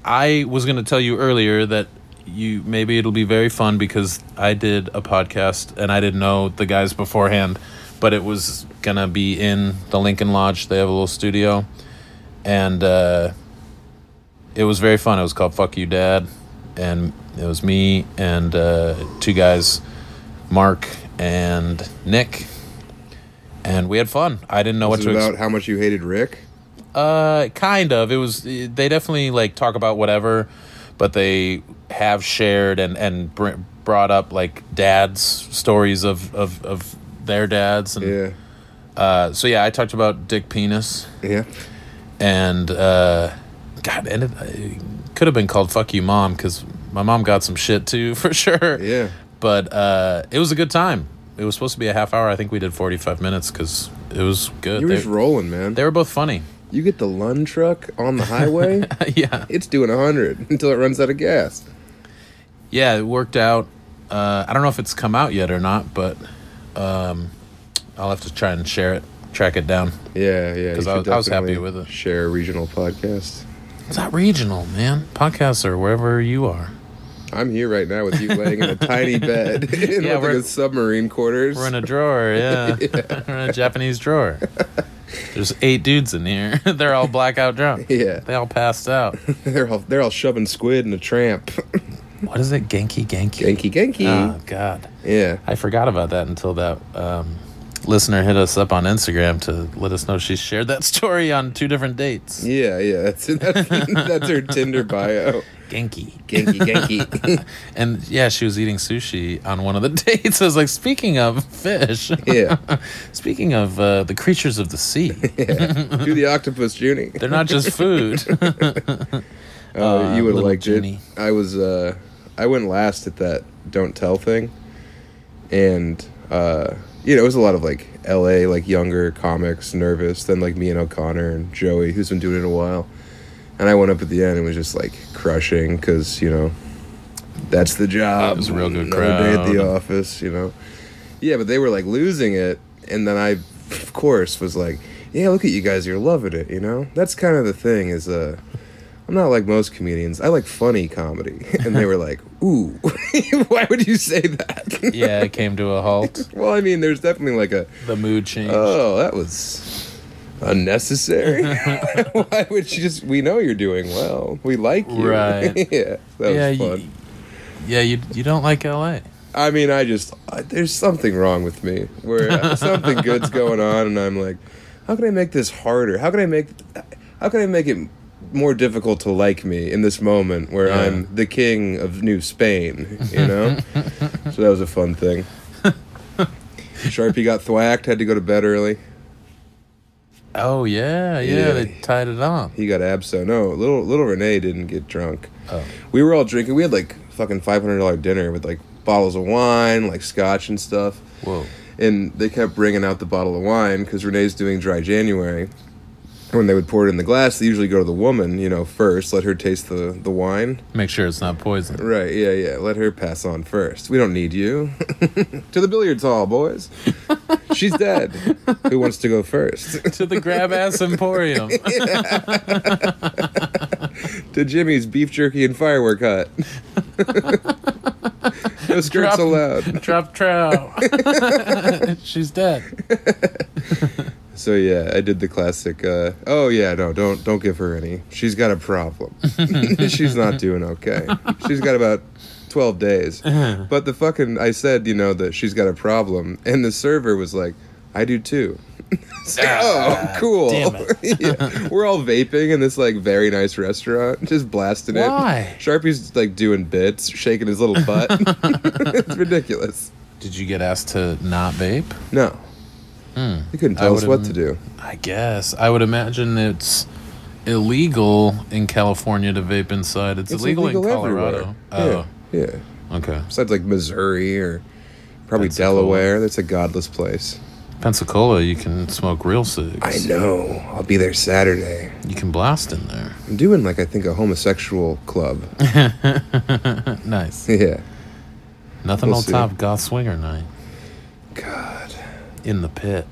Speaker 2: I was going to tell you earlier that you maybe it'll be very fun because I did a podcast and I didn't know the guys beforehand, but it was going to be in the Lincoln Lodge. They have a little studio and uh, it was very fun. It was called Fuck You Dad and it was me and uh, two guys, Mark and Nick. And we had fun. I didn't know what
Speaker 1: Was
Speaker 2: to
Speaker 1: it
Speaker 2: expect.
Speaker 1: about how much you hated Rick?
Speaker 2: Uh, kind of. It was. They definitely like talk about whatever, but they have shared and and br- brought up like dads stories of of of their dads and
Speaker 1: Yeah.
Speaker 2: uh, so yeah, I talked about Dick Penis
Speaker 1: Yeah.
Speaker 2: and uh, God, and it, it could have been called "Fuck You, Mom" because my mom got some shit too [laughs] for sure.
Speaker 1: Yeah.
Speaker 2: But uh, it was a good time. It was supposed to be a half hour. I think we did forty five minutes because it was good.
Speaker 1: You were
Speaker 2: They-
Speaker 1: just rolling, man.
Speaker 2: they were both funny. [laughs]
Speaker 1: You get the Lund truck on the highway,
Speaker 2: yeah.
Speaker 1: it's doing 100 [laughs] until it runs out of gas.
Speaker 2: Yeah, it worked out. Uh, I don't know if it's come out yet or not, but um, I'll have to try and share it, track it down.
Speaker 1: Yeah, yeah.
Speaker 2: 'Cause
Speaker 1: you
Speaker 2: I
Speaker 1: should
Speaker 2: was- I was happy
Speaker 1: definitely
Speaker 2: with it.
Speaker 1: Share a regional podcast.
Speaker 2: It's not regional, man. Podcasts are wherever you are.
Speaker 1: I'm here right now with you laying in a tiny bed [laughs] in
Speaker 2: Yeah,
Speaker 1: yeah, like
Speaker 2: we're-
Speaker 1: a submarine quarters.
Speaker 2: We're in a drawer, yeah. [laughs] We're in a Japanese drawer. There's eight dudes in here. [laughs] They're all blackout drunk.
Speaker 1: Yeah.
Speaker 2: They all passed out.
Speaker 1: they're all they're all shoving squid in a tramp. [laughs]
Speaker 2: What is it? Genki Genki?
Speaker 1: Genki Genki.
Speaker 2: Oh, God.
Speaker 1: yeah.
Speaker 2: I forgot about that until that um, listener hit us up on Instagram to let us know she shared that [laughs] story on two different dates.
Speaker 1: Yeah, yeah. That's [laughs] that's, that's her Tinder
Speaker 2: [laughs]
Speaker 1: bio.
Speaker 2: Genki.
Speaker 1: Genki, genki. [laughs]
Speaker 2: And yeah, she was eating sushi on one of the [laughs] dates. I was like, speaking of fish,
Speaker 1: yeah.
Speaker 2: [laughs] speaking of uh, the creatures of the sea,
Speaker 1: yeah. Do the octopus, Junie.
Speaker 2: [laughs] they're not just food. [laughs]
Speaker 1: Uh,
Speaker 2: Uh,
Speaker 1: you would have
Speaker 2: little
Speaker 1: liked
Speaker 2: Junie.
Speaker 1: it. I was uh, I went last at that don't tell thing, and uh, you know it was a lot of like L.A. like younger comics, nervous. Then like me and O'Connor and Joey, who's been doing it a while, and I went up at the end and was just like crushing because you know that's the job.
Speaker 2: It was a real good
Speaker 1: Another day at the
Speaker 2: crowd.
Speaker 1: office, you know. Yeah, but they were like losing it, and then I, of course, was like, "Yeah, look at you guys, you're loving it." You know, that's kind of the thing is, uh, I'm not like most comedians. I like funny comedy, [laughs] and they were like, "Ooh, [laughs] why would you say that?" [laughs]
Speaker 2: yeah, it came to a halt.
Speaker 1: well, I mean, there's definitely like a,
Speaker 2: The mood changed.
Speaker 1: "Oh, that was." Unnecessary. [laughs] Why would you just? We know you're doing well. We like you. [laughs]
Speaker 2: Right.
Speaker 1: yeah, that
Speaker 2: yeah,
Speaker 1: was
Speaker 2: you-
Speaker 1: fun.
Speaker 2: yeah, you you don't like L.A.
Speaker 1: I mean, I just I, there's something wrong with me
Speaker 2: [laughs]
Speaker 1: where something good's going on, and I'm like, how can I make this harder? How can I make how can I make it more difficult to like me in this moment where
Speaker 2: Yeah.
Speaker 1: I'm the king of New Spain? You
Speaker 2: [laughs]
Speaker 1: know, so that was a fun thing. Sharpie got thwacked, had to go to bed early.
Speaker 2: Oh yeah, yeah,
Speaker 1: Yeah.
Speaker 2: they tied it on.
Speaker 1: He got abso. No, little little Renee didn't get drunk.
Speaker 2: Oh.
Speaker 1: We were all drinking. We had like fucking five hundred dollar dinner with like bottles of wine, like scotch and stuff.
Speaker 2: Whoa.
Speaker 1: and they kept bringing out the bottle of wine because Renee's doing dry January. When they would pour it in the glass, they usually go to the woman, you know, first. Let her taste the the wine.
Speaker 2: Make sure it's not poison.
Speaker 1: Right? Yeah, yeah. Let her pass on first. We don't need you. [laughs] to the billiards hall, boys. She's dead. Who wants to go first?
Speaker 2: [laughs]
Speaker 1: [laughs]
Speaker 2: to the grab ass [laughs] emporium.
Speaker 1: to Jimmy's beef jerky and firework hut. [laughs] no skirts
Speaker 2: Drop-
Speaker 1: allowed.
Speaker 2: [laughs] Drop trow. She's dead. [laughs]
Speaker 1: So yeah, I did the classic. Uh, oh yeah, no, don't don't give her any. She's got a problem. [laughs] She's not doing okay. She's got about twelve days.
Speaker 2: Uh-huh.
Speaker 1: But the fucking I said, you know, that she's got a problem, and the server was like, I do too. It's like, oh, [laughs] cool.
Speaker 2: damn
Speaker 1: [laughs] Yeah. We're all vaping in this like very nice restaurant, just blasting it.
Speaker 2: Why?
Speaker 1: Sharpie's like doing bits, shaking his little butt. [laughs] it's ridiculous.
Speaker 2: Did you get asked to not vape?
Speaker 1: No, they couldn't
Speaker 2: Hmm. I
Speaker 1: tell us
Speaker 2: would've-
Speaker 1: what to do.
Speaker 2: I guess. I would imagine it's illegal in California to vape inside. It's, illegal, in Colorado.
Speaker 1: everywhere. Yeah, yeah.
Speaker 2: Oh, okay.
Speaker 1: Besides like Missouri or probably
Speaker 2: Pensacola.
Speaker 1: Delaware. That's a godless place.
Speaker 2: Pensacola, you can smoke real cigs.
Speaker 1: I know. I'll be there Saturday.
Speaker 2: You can blast in there.
Speaker 1: I'm doing like I think a homosexual club. [laughs]
Speaker 2: nice.
Speaker 1: yeah.
Speaker 2: Nothing
Speaker 1: We'll
Speaker 2: will
Speaker 1: see.
Speaker 2: top goth swinger night
Speaker 1: God.
Speaker 2: in the pit.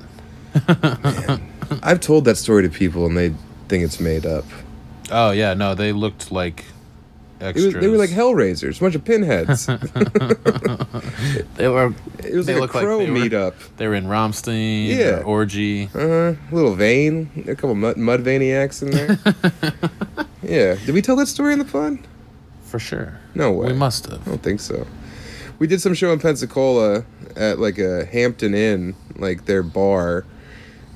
Speaker 1: [laughs] I've told that story to people and they think it's made up.
Speaker 2: Oh yeah, no, they looked like
Speaker 1: It was,
Speaker 2: extras.
Speaker 1: they were like hellraisers, a bunch of
Speaker 2: [laughs]
Speaker 1: pinheads.
Speaker 2: They were.
Speaker 1: It was
Speaker 2: They
Speaker 1: like a
Speaker 2: look like
Speaker 1: crow
Speaker 2: they were-
Speaker 1: meetup.
Speaker 2: They were in Romstein.
Speaker 1: Yeah.
Speaker 2: or orgy.
Speaker 1: Uh huh. Little vein. A couple mud, mud vaniacs in there.
Speaker 2: [laughs]
Speaker 1: yeah. Did we tell that story in the pod?
Speaker 2: For sure.
Speaker 1: No way.
Speaker 2: We must
Speaker 1: I
Speaker 2: have.
Speaker 1: don't think so. We did some show in Pensacola at like a Hampton Inn, like their bar,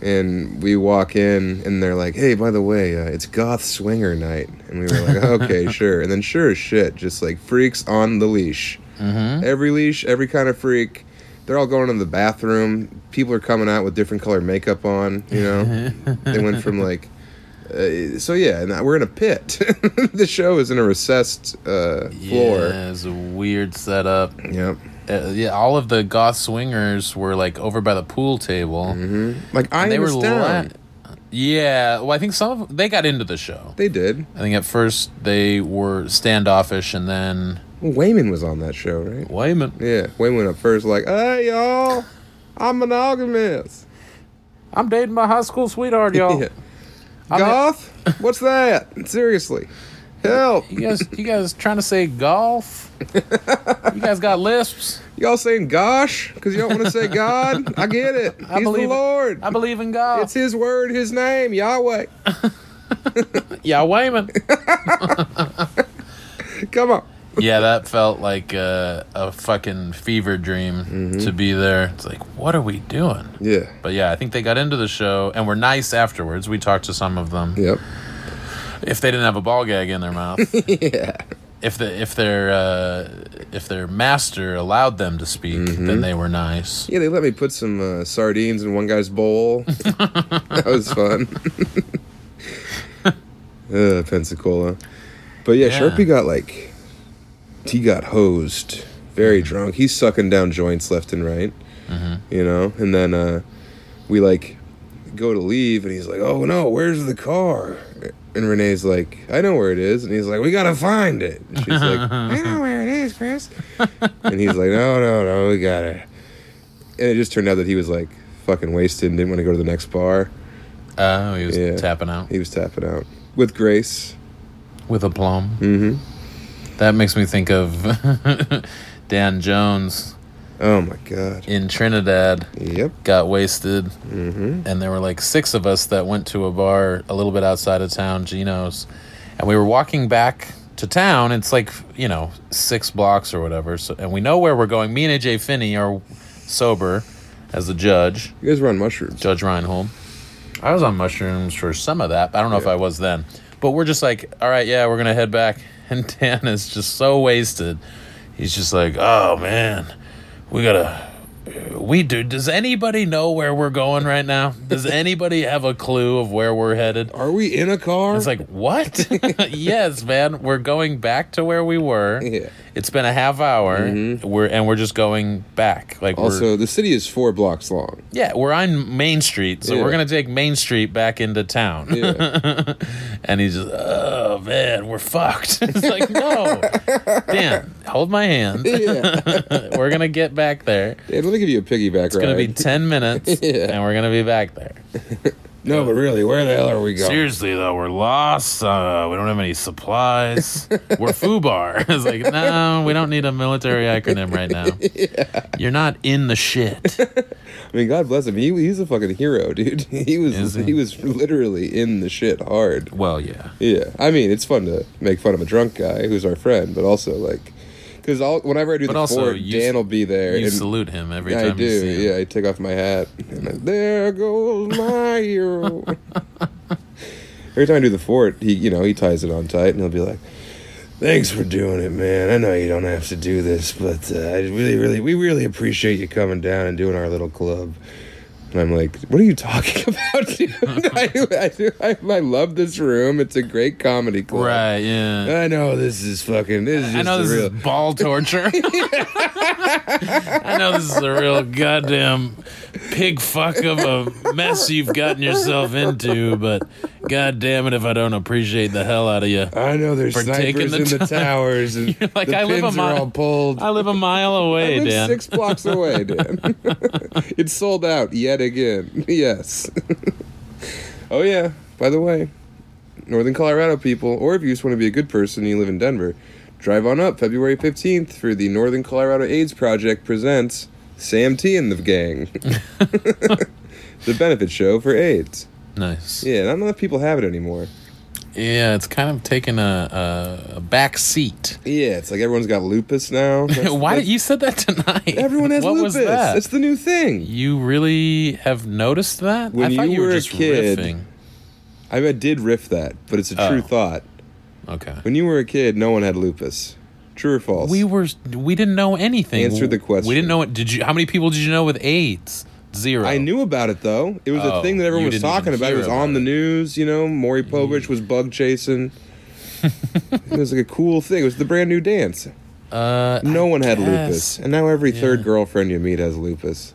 Speaker 1: and we walk in and they're like, "Hey, by the way, uh, it's Goth Swinger Night," and we were like, "Okay, sure." And then sure as shit, just like freaks on the leash,
Speaker 2: Mm-hmm.
Speaker 1: every leash, every kind of freak. They're all going in the bathroom. People are coming out with different color makeup on. You know, they went from like. Uh, so yeah, and we're in a pit. [laughs] the show is in a recessed uh, floor.
Speaker 2: Yeah, it was a weird setup.
Speaker 1: Yep.
Speaker 2: Uh, yeah, all of the goth swingers were like over by the pool table.
Speaker 1: Like I
Speaker 2: And
Speaker 1: they
Speaker 2: they
Speaker 1: was
Speaker 2: were
Speaker 1: down.
Speaker 2: la- Yeah, well, I think some of they got into the show.
Speaker 1: They did.
Speaker 2: I think at first they were standoffish, and then
Speaker 1: Well, Wayman was on that show, right?
Speaker 2: wait a minute,
Speaker 1: Yeah, Wayman up first, like, "Hey y'all, I'm monogamous."
Speaker 2: I'm dating my high school sweetheart,
Speaker 1: [laughs]
Speaker 2: y'all.
Speaker 1: Yeah.
Speaker 2: I'm
Speaker 1: Goth? What's that? Seriously, help!
Speaker 2: You guys, you guys trying to say golf? you guys got lisps?
Speaker 1: Y'all saying "gosh" because you don't want to say God? I get it. He's
Speaker 2: I
Speaker 1: the
Speaker 2: believe it.
Speaker 1: Lord.
Speaker 2: I believe in God.
Speaker 1: It's His word, His name, Yahweh.
Speaker 2: yeah, Wayman.
Speaker 1: Come on.
Speaker 2: yeah, that felt like a, a fucking fever dream to be there. It's like, what are we doing?
Speaker 1: Yeah.
Speaker 2: But yeah, I think they got into the show and were nice afterwards. We talked to some of them. [laughs]
Speaker 1: Yep.
Speaker 2: If they didn't have a ball gag in
Speaker 1: [laughs]
Speaker 2: their mouth,
Speaker 1: yeah.
Speaker 2: if the if their uh, if their master allowed them to speak, then they were nice.
Speaker 1: Mm-hmm. Yeah, they let me put some uh, sardines in one guy's bowl. that was fun. uh, Pensacola. But yeah,
Speaker 2: Yeah.
Speaker 1: Sharpie got like. He got hosed. Very drunk. He's sucking down joints left and right. You know? And then uh, we like go to leave and he's like, oh no, where's the car? And Renee's like, I know where it is. And he's like, we gotta find it. And she's like, I know where it is, Chris. and he's like, no, no, no, we gotta and it just turned out that he was like fucking wasted and didn't want to go to the next bar.
Speaker 2: Oh, he was
Speaker 1: Yeah.
Speaker 2: tapping out
Speaker 1: He was tapping out with grace.
Speaker 2: with a plum.
Speaker 1: Mm-hmm.
Speaker 2: That makes me think of [laughs] Dan Jones
Speaker 1: Oh my god.
Speaker 2: in Trinidad.
Speaker 1: Yep.
Speaker 2: Got wasted.
Speaker 1: Mm-hmm.
Speaker 2: and there were like six of us that went to a bar a little bit outside of town, Gino's, and we were walking back to town. It's like you know six blocks or whatever, so, and we know where we're going. Me and AJ Finney are sober as the judge,
Speaker 1: You guys were on mushrooms.
Speaker 2: Judge Reinhold. I was on mushrooms for some of that, but I don't know if I was then. But we're just like, all right, yeah, we're gonna head back, [laughs] and Dan is just so wasted. He's just like, oh man, we gotta we do. Does anybody know where we're going right now?
Speaker 1: [laughs]
Speaker 2: Does anybody have a clue of where we're headed?
Speaker 1: Are we in a car?
Speaker 2: It's like, what?
Speaker 1: [laughs]
Speaker 2: [laughs] yes, man. We're going back to where we were.
Speaker 1: Yeah. Mm-hmm.
Speaker 2: It's been a half hour. We're and we're just going back. Like we're
Speaker 1: also, the city is four blocks long.
Speaker 2: yeah, we're on Main Street, so
Speaker 1: Yeah.
Speaker 2: we're gonna take Main Street back into town.
Speaker 1: Yeah.
Speaker 2: [laughs] and he's just, oh man, we're fucked. [laughs] it's like,
Speaker 1: [laughs]
Speaker 2: no, Dan, hold my hand.
Speaker 1: yeah.
Speaker 2: [laughs] we're gonna get back there.
Speaker 1: Hey, let me give you a piggyback
Speaker 2: It's gonna be
Speaker 1: ride.
Speaker 2: ten minutes,
Speaker 1: [laughs] Yeah.
Speaker 2: and we're gonna be back there.
Speaker 1: no, but really, where the hell are we going?
Speaker 2: Seriously though, we're lost. Uh, we don't have any supplies.
Speaker 1: [laughs]
Speaker 2: we're FUBAR. [laughs] it's like, no, we don't need a military acronym
Speaker 1: [laughs]
Speaker 2: right now. You're not in the shit.
Speaker 1: I mean, God bless him. He, he's a fucking hero, [laughs] dude. He was
Speaker 2: Is he?
Speaker 1: he was literally in the shit hard.
Speaker 2: well, yeah.
Speaker 1: Yeah, I mean, it's fun to make fun of a drunk guy who's our friend, but also like, because whenever I do
Speaker 2: But
Speaker 1: the
Speaker 2: also,
Speaker 1: fort,
Speaker 2: you-
Speaker 1: Dan will be there.
Speaker 2: You
Speaker 1: and
Speaker 2: salute him every
Speaker 1: I
Speaker 2: time
Speaker 1: do.
Speaker 2: you see him.
Speaker 1: Yeah, I take off my hat, and I, there goes my hero. every time I do the fort, he you know he ties it on tight, and he'll be like. Thanks for doing it, man. I know you don't have to do this, but uh, I really, really, we really appreciate you coming down and doing our little club. And I'm like, what are you talking [laughs] about, dude? I, I, do- I, I love this room. It's a great comedy club.
Speaker 2: Right, yeah.
Speaker 1: I know this is fucking. This is just
Speaker 2: I know this
Speaker 1: the real.
Speaker 2: is [laughs] ball torture. I know this is a real goddamn pig fuck of a mess you've gotten yourself into, but god damn it if I don't appreciate the hell out of you.
Speaker 1: I know there's
Speaker 2: for taking
Speaker 1: snipers
Speaker 2: the
Speaker 1: in the
Speaker 2: time. [laughs]
Speaker 1: towers, and
Speaker 2: like,
Speaker 1: the
Speaker 2: I live a
Speaker 1: pins are
Speaker 2: mile-
Speaker 1: all pulled.
Speaker 2: I live a mile
Speaker 1: I
Speaker 2: away,
Speaker 1: live
Speaker 2: Dan.
Speaker 1: six blocks [laughs] away,
Speaker 2: [laughs]
Speaker 1: Dan. it's sold out yet again. Yes. [laughs] oh yeah. By the way, Northern Colorado people, or if you just want to be a good person and you live in Denver, drive on up February 15th for the Northern Colorado AIDS Project presents Sam T and the Gang, [laughs] the benefit show for AIDS.
Speaker 2: Nice. Yeah,
Speaker 1: Yeah, not enough people have it anymore.
Speaker 2: it's kind of taken a, a, a back seat.
Speaker 1: Yeah, it's like everyone's got lupus now.
Speaker 2: [laughs]
Speaker 1: That's-
Speaker 2: Why
Speaker 1: that's-
Speaker 2: did you said that tonight?
Speaker 1: Everyone [laughs] has
Speaker 2: what
Speaker 1: lupus.
Speaker 2: Was that?
Speaker 1: It's the new thing.
Speaker 2: You really have noticed that?
Speaker 1: When
Speaker 2: I thought
Speaker 1: you
Speaker 2: you,
Speaker 1: were
Speaker 2: were
Speaker 1: a
Speaker 2: just
Speaker 1: kid-
Speaker 2: riffing.
Speaker 1: I, mean, I did riff that, but it's a true
Speaker 2: Oh.
Speaker 1: thought.
Speaker 2: Okay.
Speaker 1: When you were a kid, no one had lupus. True or false?
Speaker 2: We were we didn't know anything.
Speaker 1: Answer the question.
Speaker 2: We didn't know it. Did you? How many people did you know with AIDS? Zero.
Speaker 1: I knew about it though. It was a
Speaker 2: Oh,
Speaker 1: thing that everyone
Speaker 2: you
Speaker 1: was
Speaker 2: didn't
Speaker 1: talking
Speaker 2: even
Speaker 1: about. It
Speaker 2: hear
Speaker 1: was
Speaker 2: about
Speaker 1: on the
Speaker 2: it.
Speaker 1: news. You know, Maury Povich was bug
Speaker 2: [laughs]
Speaker 1: chasing. it was like a cool thing. It was the brand new dance.
Speaker 2: Uh,
Speaker 1: No
Speaker 2: I
Speaker 1: one had
Speaker 2: guess.
Speaker 1: lupus, and now every third
Speaker 2: Yeah.
Speaker 1: girlfriend you meet has lupus.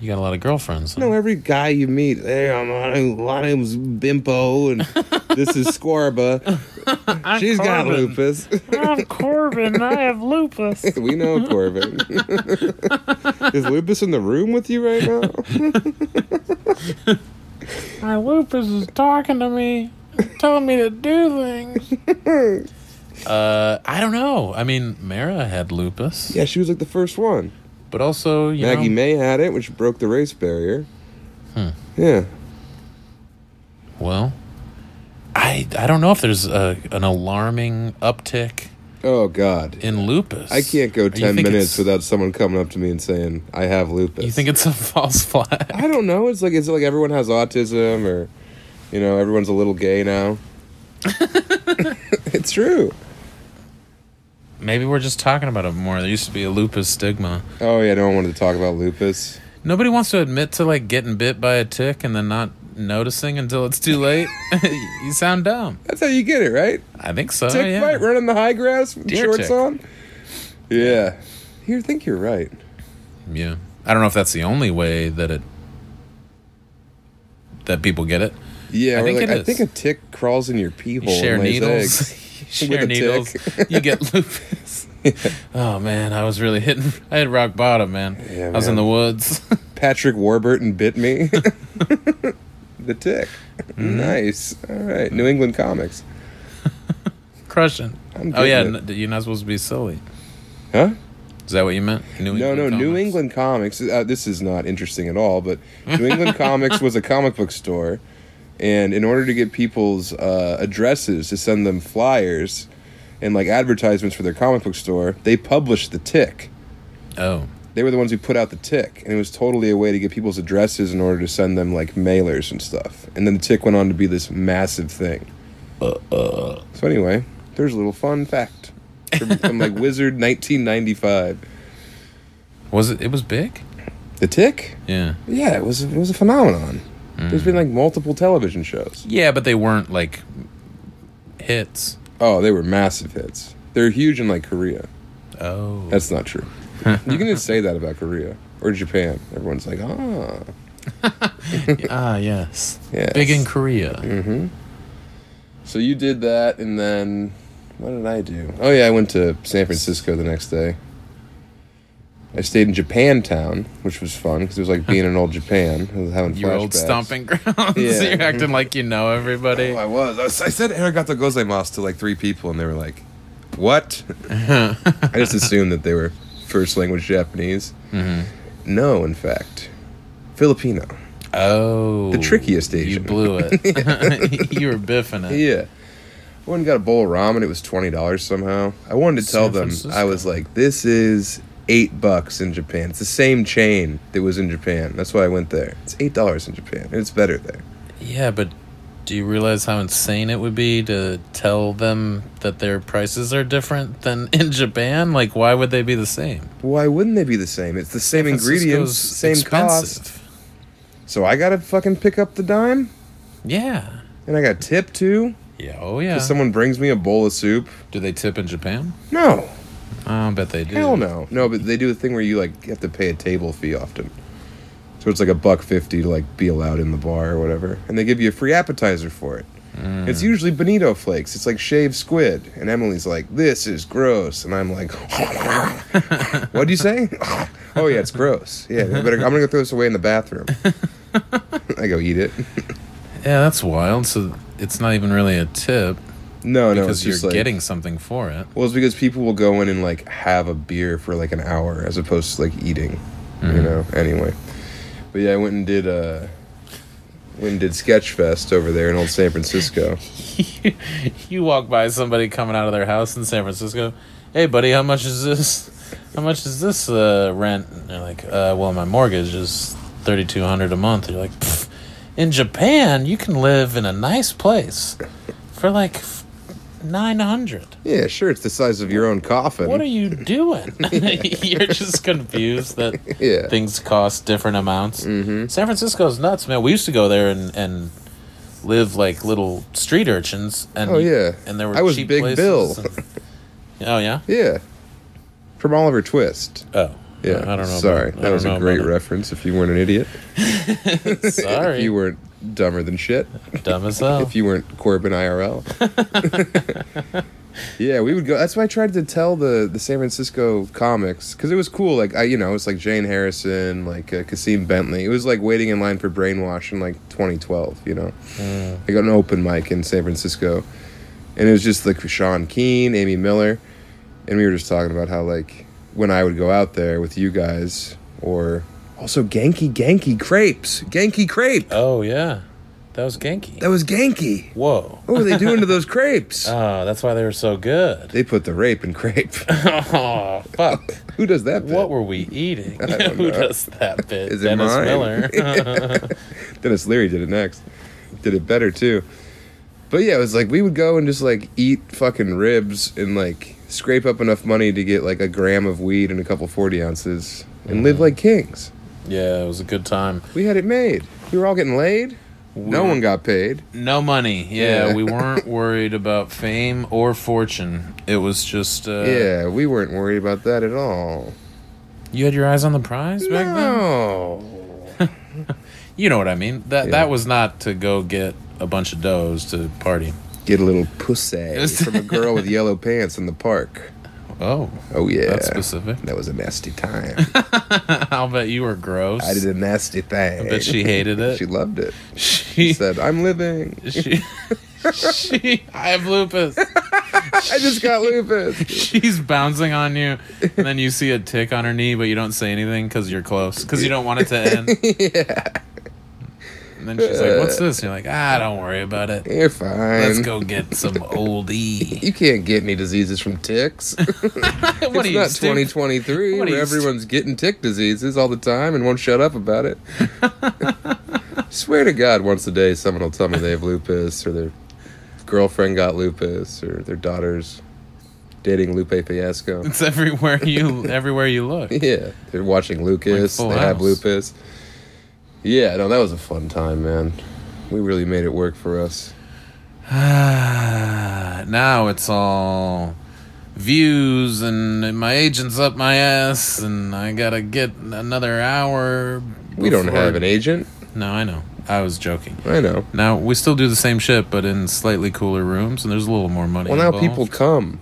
Speaker 2: You got a lot of girlfriends. huh?
Speaker 1: No, every guy you meet, hey, I'm, my name's Bimpo, and this
Speaker 2: [laughs]
Speaker 1: is Scorba. She's got
Speaker 2: Corbin.
Speaker 1: lupus.
Speaker 2: I'm Corbin. I have lupus.
Speaker 1: [laughs] we know
Speaker 2: [laughs]
Speaker 1: Corbin. is lupus in the room with you right now?
Speaker 2: [laughs] My lupus is talking to me, telling me to do things. [laughs] Uh, I don't know. I mean, Mara had lupus,
Speaker 1: yeah, she was like the first one.
Speaker 2: but also you
Speaker 1: Maggie
Speaker 2: know,
Speaker 1: May had it, which broke the race barrier. Yeah.
Speaker 2: well, I I don't know if there's a, an alarming uptick
Speaker 1: Oh God,
Speaker 2: in lupus.
Speaker 1: I can't go
Speaker 2: Or you
Speaker 1: ten
Speaker 2: think
Speaker 1: minutes
Speaker 2: it's-
Speaker 1: without someone coming up to me and saying I have lupus.
Speaker 2: You think it's a [laughs] false flag?
Speaker 1: I don't know. It's like it's like everyone has autism, or you know, everyone's a little gay
Speaker 2: [laughs]
Speaker 1: now. it's true.
Speaker 2: Maybe we're just talking about it more. There used to be a lupus stigma.
Speaker 1: Oh yeah, no one wanted to talk about lupus.
Speaker 2: Nobody wants to admit to like getting bit by a tick and then not noticing until it's too late. [laughs] you sound dumb.
Speaker 1: That's how you get it, right?
Speaker 2: I think so.
Speaker 1: Tick
Speaker 2: Oh, yeah.
Speaker 1: bite running the high grass with
Speaker 2: Deer
Speaker 1: shorts
Speaker 2: tick.
Speaker 1: on. Yeah, you think you're right.
Speaker 2: Yeah. I don't know if that's the only way that it that people get it.
Speaker 1: Yeah,
Speaker 2: I
Speaker 1: or
Speaker 2: think
Speaker 1: like,
Speaker 2: it
Speaker 1: I think a
Speaker 2: is.
Speaker 1: tick crawls in your pee
Speaker 2: You
Speaker 1: hole
Speaker 2: share
Speaker 1: and lays
Speaker 2: needles.
Speaker 1: eggs.
Speaker 2: [laughs] You share
Speaker 1: a
Speaker 2: needles.
Speaker 1: tick.
Speaker 2: you [laughs] get lupus. Oh man, I was really hitting [laughs] I hit rock bottom, man.
Speaker 1: Yeah,
Speaker 2: I was in
Speaker 1: man.
Speaker 2: the woods. [laughs]
Speaker 1: Patrick Warburton bit me. [laughs] the tick.
Speaker 2: Mm-hmm.
Speaker 1: Nice. All right, New England comics.
Speaker 2: Crushing.
Speaker 1: I'm
Speaker 2: Oh yeah,
Speaker 1: getting
Speaker 2: n- you're not supposed to be silly.
Speaker 1: Huh?
Speaker 2: Is that what you meant? New
Speaker 1: No, no, New
Speaker 2: Comics.
Speaker 1: England Comics. Uh, this is not interesting at all, but New England Comics was a comic book store, and in order to get people's uh, addresses to send them flyers and like advertisements for their comic book store, they published the tick.
Speaker 2: Oh.
Speaker 1: They were the ones who put out the tick, and it was totally a way to get people's addresses in order to send them like mailers and stuff. And then the tick went on to be this massive thing.
Speaker 2: Uh-uh.
Speaker 1: Uh, uh. So anyway, there's a little fun fact from, from like [laughs] Wizard 1995.
Speaker 2: Was it it was big?
Speaker 1: The tick.
Speaker 2: Yeah.
Speaker 1: Yeah, it was it was a phenomenon. There's
Speaker 2: Mm.
Speaker 1: been like multiple television shows.
Speaker 2: Yeah, but they weren't like hits.
Speaker 1: Oh, they were massive hits. They're huge in like Korea.
Speaker 2: Oh.
Speaker 1: That's not true. you can just say that about Korea or Japan. Everyone's like, ah,
Speaker 2: [laughs] ah, yes.
Speaker 1: Yes.
Speaker 2: Big in Korea.
Speaker 1: so you did that, and then what did I do? Oh yeah, I went to San Francisco the next day. I stayed in Japantown, which was fun because it was like being in old Japan. I was having
Speaker 2: Your old
Speaker 1: flashbacks.
Speaker 2: stomping [laughs] grounds.
Speaker 1: Yeah.
Speaker 2: You're acting like you know everybody.
Speaker 1: Oh, I was. I, was, I said arigato gozaimasu to like three people, and they were like,
Speaker 2: [laughs]
Speaker 1: "What?" I just assumed that they were first language Japanese. No, in fact, Filipino.
Speaker 2: oh.
Speaker 1: The trickiest
Speaker 2: You
Speaker 1: Asian.
Speaker 2: blew
Speaker 1: [laughs]
Speaker 2: it. [laughs] you were biffing it.
Speaker 1: Yeah. I went and got a bowl of ramen. It was twenty dollars somehow. I wanted to tell
Speaker 2: San
Speaker 1: them
Speaker 2: Francisco.
Speaker 1: I was like, "This is eight bucks in Japan. It's the same chain that was in Japan. That's why I went there. It's eight dollars in Japan, and it's better there."
Speaker 2: Yeah, but do you realize how insane it would be to tell them that their prices are different than [laughs] in Japan? Like, why would they be the same?
Speaker 1: Why wouldn't they be the same? It's the same ingredients,
Speaker 2: Francisco's
Speaker 1: same cost.
Speaker 2: expensive.
Speaker 1: So I gotta fucking pick up the dime.
Speaker 2: Yeah.
Speaker 1: And I got tipped too.
Speaker 2: Yeah. Oh, yeah.
Speaker 1: If someone brings me a bowl of soup.
Speaker 2: do they tip in Japan?
Speaker 1: No,
Speaker 2: Oh, I bet they do.
Speaker 1: hell no, no. But they do a thing where you like have to pay a table fee often. So it's like a buck fifty to like be allowed in the bar or whatever, and they give you a free appetizer for it.
Speaker 2: Mm.
Speaker 1: It's usually bonito flakes. It's like shaved squid, and Emily's like, "This is gross," and I'm like, [laughs] "What do you say?" [laughs] oh yeah, it's gross. Yeah, we better, I'm gonna go throw this away in the bathroom. [laughs] I go eat it.
Speaker 2: Yeah, that's wild. So it's not even really a tip
Speaker 1: Oh, No, no, it's
Speaker 2: because
Speaker 1: just
Speaker 2: you're
Speaker 1: like,
Speaker 2: getting something for it.
Speaker 1: Well, it's because people will go in and like have a beer for like an hour as opposed to like eating,
Speaker 2: Mm-hmm.
Speaker 1: you know. Anyway, but yeah, I went and did uh, went and did Sketchfest over there in old San Francisco.
Speaker 2: [laughs] you walk by somebody coming out of their house in San Francisco. Hey, buddy, how much is this? How much is this uh, rent? And they're like, uh, well, my mortgage is thirty two hundred a month. And you're like, "Pfft, in Japan, you can live in a nice place for like nine hundred.
Speaker 1: yeah, sure, it's the size of your own coffin.
Speaker 2: What are you doing? [laughs] You're just confused that
Speaker 1: [laughs] Yeah.
Speaker 2: things cost different amounts. Mm-hmm. San Francisco's nuts, man. We used to go there and, and live like little street urchins. And
Speaker 1: Oh, yeah.
Speaker 2: and there were
Speaker 1: I was
Speaker 2: cheap
Speaker 1: Big
Speaker 2: places
Speaker 1: Bill.
Speaker 2: and- [laughs] oh yeah,
Speaker 1: yeah, from Oliver Twist.
Speaker 2: oh
Speaker 1: Yeah,
Speaker 2: I don't know.
Speaker 1: Sorry,
Speaker 2: about-
Speaker 1: that
Speaker 2: I don't
Speaker 1: was
Speaker 2: know
Speaker 1: a
Speaker 2: about
Speaker 1: great
Speaker 2: it.
Speaker 1: reference. If you weren't an idiot,
Speaker 2: [laughs]
Speaker 1: [laughs]
Speaker 2: Sorry,
Speaker 1: if you weren't dumber than shit.
Speaker 2: dumb as hell.
Speaker 1: if you weren't Corbin IRL. yeah, we would go. That's why I tried to tell the the San Francisco comics because it was cool. Like I, you know, it's like Jane Harrison, like uh, Kasim Bentley. It was like waiting in line for Brainwash in like 2012. You know, I got an open mic in San Francisco, and it was just like Sean Keen, Amy Miller, and we were just talking about how like when I would go out there with you guys or. Also, Genki Genki crepes, Genki crepe.
Speaker 2: oh yeah, That was Genki.
Speaker 1: That was Genki.
Speaker 2: Whoa.
Speaker 1: What were they doing to those crepes?
Speaker 2: Oh, that's why they were
Speaker 1: [laughs]
Speaker 2: so good. [laughs]
Speaker 1: they put the rape in crepe.
Speaker 2: Oh, fuck.
Speaker 1: Who does that? bit?
Speaker 2: What were we eating?
Speaker 1: don't
Speaker 2: [laughs] Who
Speaker 1: know.
Speaker 2: does that bit?
Speaker 1: Is it
Speaker 2: Dennis
Speaker 1: mine?
Speaker 2: Miller.
Speaker 1: [laughs]
Speaker 2: [laughs]
Speaker 1: Dennis Leary did it next. Did it better too. But yeah, it was like we would go and just like eat fucking ribs and like scrape up enough money to get like a gram of weed and a couple forty ounces and
Speaker 2: Mm.
Speaker 1: live like kings.
Speaker 2: yeah, it was a good time.
Speaker 1: We had it made. We were all getting laid. No
Speaker 2: We-
Speaker 1: one got paid.
Speaker 2: No money. Yeah,
Speaker 1: Yeah.
Speaker 2: we
Speaker 1: [laughs]
Speaker 2: weren't worried about fame or fortune. It was just uh,
Speaker 1: yeah, we weren't worried about that at all.
Speaker 2: You had your eyes on the prize back then.
Speaker 1: No.
Speaker 2: You know what I mean. That
Speaker 1: Yeah.
Speaker 2: that was not to go get a bunch of doughs to party.
Speaker 1: Get a little pussy
Speaker 2: was-
Speaker 1: from a girl with yellow pants in the park.
Speaker 2: Oh,
Speaker 1: Oh yeah.
Speaker 2: that's specific. [laughs]
Speaker 1: That was a nasty time.
Speaker 2: I'll bet you were gross.
Speaker 1: I did a nasty thing.
Speaker 2: bet she
Speaker 1: [laughs]
Speaker 2: hated it.
Speaker 1: she loved it.
Speaker 2: [laughs] She, [laughs]
Speaker 1: She said, "I'm living.
Speaker 2: she, she, I have lupus.
Speaker 1: I just got
Speaker 2: [laughs]
Speaker 1: lupus."
Speaker 2: She's bouncing on you, and then you see a tick on her knee, but you don't say anything because you're close, because you don't want it to end.
Speaker 1: yeah,
Speaker 2: And then she's like, "What's this?" And you're like, "Ah, don't worry about it.
Speaker 1: you're fine.
Speaker 2: Let's go get some old E."
Speaker 1: You can't get any diseases from ticks. It's
Speaker 2: [laughs] what are you,
Speaker 1: not
Speaker 2: stupid?
Speaker 1: 2023
Speaker 2: What are
Speaker 1: where
Speaker 2: you,
Speaker 1: everyone's getting tick diseases all the time and won't shut up about
Speaker 2: [laughs]
Speaker 1: it. Swear to God, once a day someone will tell me they have lupus or their girlfriend got lupus or their daughter's dating Lupe Fiasco.
Speaker 2: It's everywhere
Speaker 1: [laughs]
Speaker 2: you everywhere you look.
Speaker 1: Yeah, they're watching Lucas.
Speaker 2: Full
Speaker 1: they have
Speaker 2: House.
Speaker 1: Lupus. Yeah, no, that was a fun time, man. We really made it work for us.
Speaker 2: Ah, now it's all views and my agent's up my ass and I gotta get another hour.
Speaker 1: We don't
Speaker 2: before-
Speaker 1: have an agent.
Speaker 2: No, I know. I was joking.
Speaker 1: I know.
Speaker 2: Now we still do the same shit, but in slightly cooler rooms, and there's a little more money.
Speaker 1: Well, now
Speaker 2: involved.
Speaker 1: people come.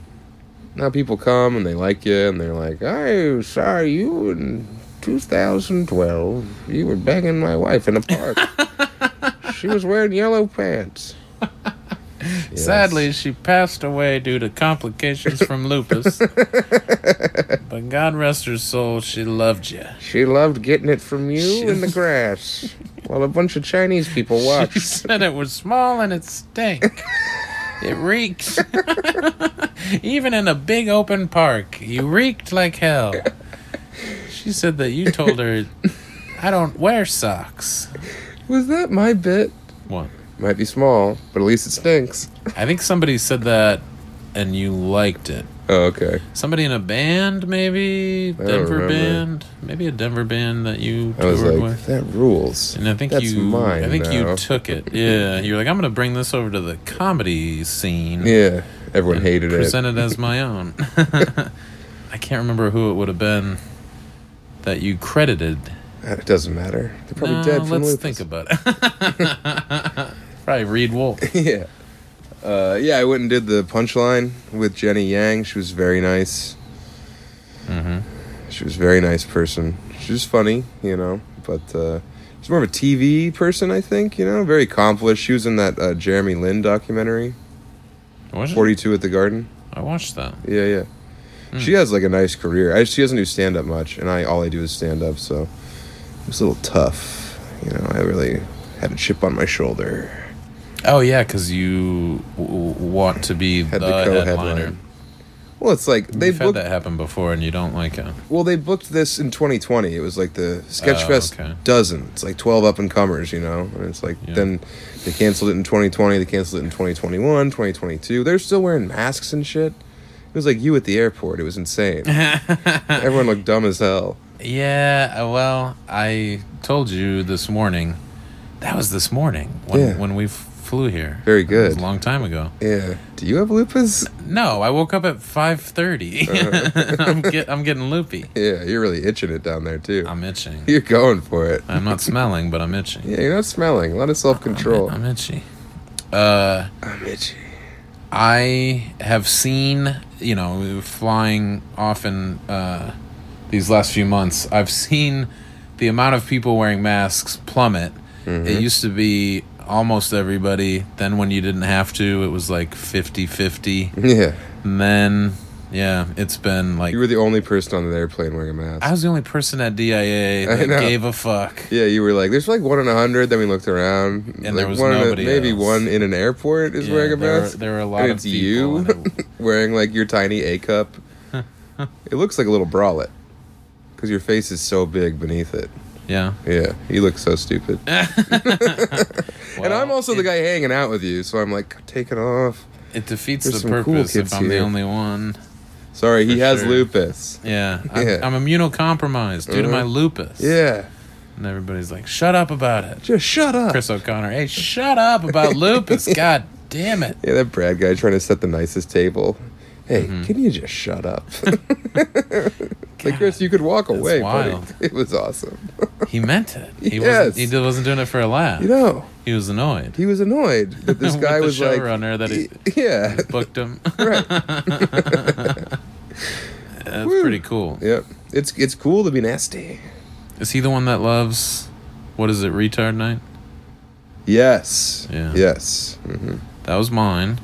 Speaker 1: Now people come and they like you and they're like, I saw you in 2012. You were banging my wife in a
Speaker 2: [laughs]
Speaker 1: park. she was wearing yellow pants. Yes.
Speaker 2: Sadly, she passed away due to complications from
Speaker 1: [laughs]
Speaker 2: lupus. but God rest her soul, she loved you.
Speaker 1: she loved getting it from you
Speaker 2: She- [laughs]
Speaker 1: in the grass while a bunch of Chinese people
Speaker 2: She
Speaker 1: watched.
Speaker 2: said it was small and
Speaker 1: [laughs]
Speaker 2: it stank. It reeked. [laughs] Even in a big open park, you reeked like hell. She said that you told her, I don't wear socks.
Speaker 1: Was that my bit?
Speaker 2: What?
Speaker 1: Might be small, but at least it stinks.
Speaker 2: I think somebody said that and you liked it.
Speaker 1: Oh, okay.
Speaker 2: Somebody in a band, maybe
Speaker 1: don't
Speaker 2: Denver
Speaker 1: remember.
Speaker 2: band, maybe a Denver band that you
Speaker 1: I was
Speaker 2: toured
Speaker 1: like,
Speaker 2: with.
Speaker 1: that rules.
Speaker 2: And I think
Speaker 1: That's
Speaker 2: you,
Speaker 1: mine
Speaker 2: I think
Speaker 1: now.
Speaker 2: you took it. Yeah, you're like, I'm gonna bring this over to the comedy scene.
Speaker 1: Yeah, everyone hated it.
Speaker 2: presented as my own. [laughs] I can't remember who it would have been that you credited.
Speaker 1: Uh, It doesn't matter. They're probably
Speaker 2: No,
Speaker 1: dead from
Speaker 2: let's
Speaker 1: lupus.
Speaker 2: think about it. [laughs] Probably Reed Wolf.
Speaker 1: [laughs] yeah. Uh, yeah, I went and did the punchline with Jenny Yang. She was very nice. Mm-hmm. She was a very nice person. She was funny, you know, but uh, she's more of a TV person, I think, you know, very accomplished. She was in that uh, Jeremy Lin documentary,
Speaker 2: Was it?
Speaker 1: 42 at the Garden.
Speaker 2: I watched that.
Speaker 1: Yeah, yeah. She
Speaker 2: Hmm.
Speaker 1: has like a nice career. I, she doesn't do stand up much, and I all I do is stand up, so it was a little tough. You know, I really had a chip on my shoulder.
Speaker 2: Oh yeah, because you w- w- want to be
Speaker 1: Had
Speaker 2: the
Speaker 1: the co
Speaker 2: headliner.
Speaker 1: headline. Well, it's like they
Speaker 2: You've had
Speaker 1: booked.
Speaker 2: that happen before, and you don't like it.
Speaker 1: Well, they booked this in 2020. It was like the Sketchfest
Speaker 2: Oh, okay.
Speaker 1: dozen. It's like 12 up and comers, you know. And it's like
Speaker 2: Yeah.
Speaker 1: then they canceled it in 2020. They canceled it in 2021, 2022. They're still wearing masks and shit. It was like you at the airport. It was insane.
Speaker 2: [laughs]
Speaker 1: Everyone looked dumb as hell.
Speaker 2: Yeah, uh, well, I told you this morning. That was this morning when
Speaker 1: Yeah.
Speaker 2: when we f- flew here.
Speaker 1: Very
Speaker 2: That was
Speaker 1: good.
Speaker 2: a long time ago.
Speaker 1: Yeah. Do you have lupus?
Speaker 2: No, I woke up at five thirty. [laughs] I'm, get, I'm getting loopy.
Speaker 1: Yeah, you're really itching it down there too.
Speaker 2: I'm Uh. itching.
Speaker 1: You're going for it.
Speaker 2: I'm not smelling, but I'm itching.
Speaker 1: Yeah, you're not smelling. A lot of self control.
Speaker 2: I'm itchy. Uh,
Speaker 1: I'm itchy.
Speaker 2: I have seen, you know, flying often uh, these last few months. I've seen the amount of people wearing masks plummet.
Speaker 1: Mm-hmm.
Speaker 2: It used to be almost everybody. Then when you didn't have to, it was like 50 50.
Speaker 1: Yeah.
Speaker 2: And then Yeah, it's been like
Speaker 1: You were the only person on the airplane wearing a mask.
Speaker 2: I was the only person at DIA
Speaker 1: I
Speaker 2: that
Speaker 1: know.
Speaker 2: gave a fuck.
Speaker 1: yeah, you were like, there's like one in a hundred. Then we looked around,
Speaker 2: there
Speaker 1: like
Speaker 2: was
Speaker 1: one in a-
Speaker 2: nobody
Speaker 1: maybe
Speaker 2: else.
Speaker 1: one in an airport is
Speaker 2: Yeah,
Speaker 1: wearing a
Speaker 2: there, were,
Speaker 1: mask.
Speaker 2: there were a lot
Speaker 1: and
Speaker 2: of
Speaker 1: it's
Speaker 2: people.
Speaker 1: you
Speaker 2: and it-
Speaker 1: [laughs] wearing like your tiny A
Speaker 2: [laughs]
Speaker 1: cup. it looks like a little bralette because your face is so big beneath it. [laughs]
Speaker 2: yeah.
Speaker 1: Yeah, you look so stupid. and
Speaker 2: Well,
Speaker 1: I'm also the
Speaker 2: it-
Speaker 1: guy hanging out with you, so I'm like, take it off.
Speaker 2: It defeats
Speaker 1: There's
Speaker 2: the
Speaker 1: some cool
Speaker 2: purpose if
Speaker 1: kids
Speaker 2: I'm the
Speaker 1: here.
Speaker 2: only one.
Speaker 1: Sorry, he
Speaker 2: For
Speaker 1: has
Speaker 2: sure.
Speaker 1: lupus.
Speaker 2: Yeah, I'm,
Speaker 1: Yeah.
Speaker 2: I'm immunocompromised due to my
Speaker 1: Uh-huh.
Speaker 2: lupus.
Speaker 1: Yeah,
Speaker 2: and everybody's like, "Shut up about it."
Speaker 1: just shut up.
Speaker 2: Chris O'Connor, hey, shut up
Speaker 1: [laughs]
Speaker 2: about lupus. God damn it.
Speaker 1: Yeah, that Brad guy trying to set the nicest table. Hey,
Speaker 2: Mm-hmm.
Speaker 1: can you just shut
Speaker 2: [laughs]
Speaker 1: up? like Chris, you could walk away,
Speaker 2: wild.
Speaker 1: buddy. [laughs] It was awesome.
Speaker 2: He meant it. He
Speaker 1: Yes.
Speaker 2: wasn't. He did- wasn't doing it for a laugh.
Speaker 1: You know,
Speaker 2: he was annoyed.
Speaker 1: he was annoyed that this
Speaker 2: [laughs] With
Speaker 1: guy
Speaker 2: the
Speaker 1: was like
Speaker 2: showrunner that he-
Speaker 1: [laughs] Yeah,
Speaker 2: Booked him.
Speaker 1: [laughs]
Speaker 2: [laughs]
Speaker 1: right.
Speaker 2: That's
Speaker 1: Woo.
Speaker 2: pretty cool.
Speaker 1: Yep. It's it's cool to be nasty.
Speaker 2: Is he the one that loves? What is it? Retard night.
Speaker 1: Yes.
Speaker 2: Yeah.
Speaker 1: Yes. hmm
Speaker 2: That was mine.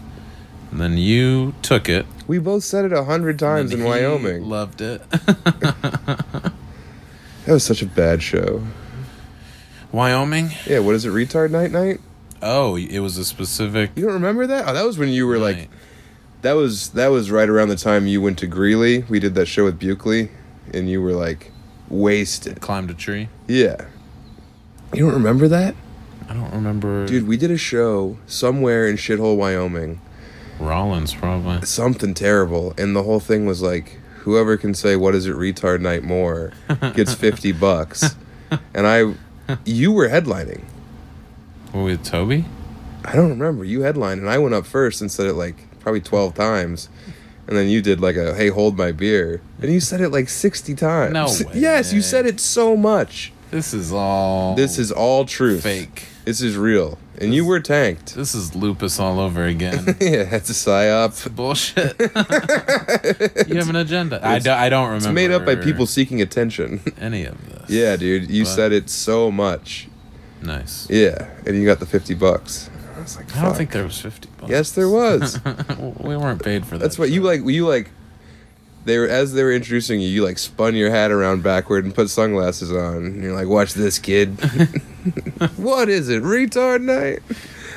Speaker 2: And then you took it.
Speaker 1: We both said it a hundred times
Speaker 2: and
Speaker 1: in
Speaker 2: he
Speaker 1: Wyoming.
Speaker 2: Loved it. [laughs]
Speaker 1: that was such a bad show.
Speaker 2: Wyoming.
Speaker 1: Yeah. What is it? Retard night night.
Speaker 2: Oh, it was a specific.
Speaker 1: You don't remember that? Oh, that was when you were like
Speaker 2: night.
Speaker 1: That was that was right around the time you went to Greeley. We did that show with Bukley, and you were like wasted.
Speaker 2: climbed a tree.
Speaker 1: Yeah. You don't remember that,
Speaker 2: I don't remember.
Speaker 1: dude? We did a show somewhere in shithole Wyoming,
Speaker 2: Rollins probably.
Speaker 1: something terrible, and the whole thing was like, whoever can say what is it retard night more [laughs] gets fifty bucks, and I, you were headlining.
Speaker 2: Were we with Toby?
Speaker 1: I don't remember. You headlined, and I went up first and said it like probably 12 times. And then you did like a hey, hold my beer. And you said it like 60 times.
Speaker 2: No way.
Speaker 1: Yes, you said it so much.
Speaker 2: This is all.
Speaker 1: This is all truth.
Speaker 2: fake.
Speaker 1: This is real. And you were tanked. [laughs]
Speaker 2: This is lupus all over again.
Speaker 1: yeah, that's a [laughs] psyop.
Speaker 2: Bullshit. [laughs] you have an agenda. I, do, I don't remember.
Speaker 1: It's made up by people seeking
Speaker 2: [laughs]
Speaker 1: attention.
Speaker 2: Any of this.
Speaker 1: yeah, dude. You
Speaker 2: But-
Speaker 1: said it so much.
Speaker 2: Nice.
Speaker 1: Yeah. And you got the 50 bucks. I was like,
Speaker 2: I don't
Speaker 1: fuck.
Speaker 2: think there was fifty bucks.
Speaker 1: Yes, there was.
Speaker 2: [laughs] we weren't paid for that.
Speaker 1: That's what you
Speaker 2: shit.
Speaker 1: like. You like. They were as they were introducing you. You like spun your hat around backward and put sunglasses on. And you're like, "Watch this, kid. what is it, retard night?"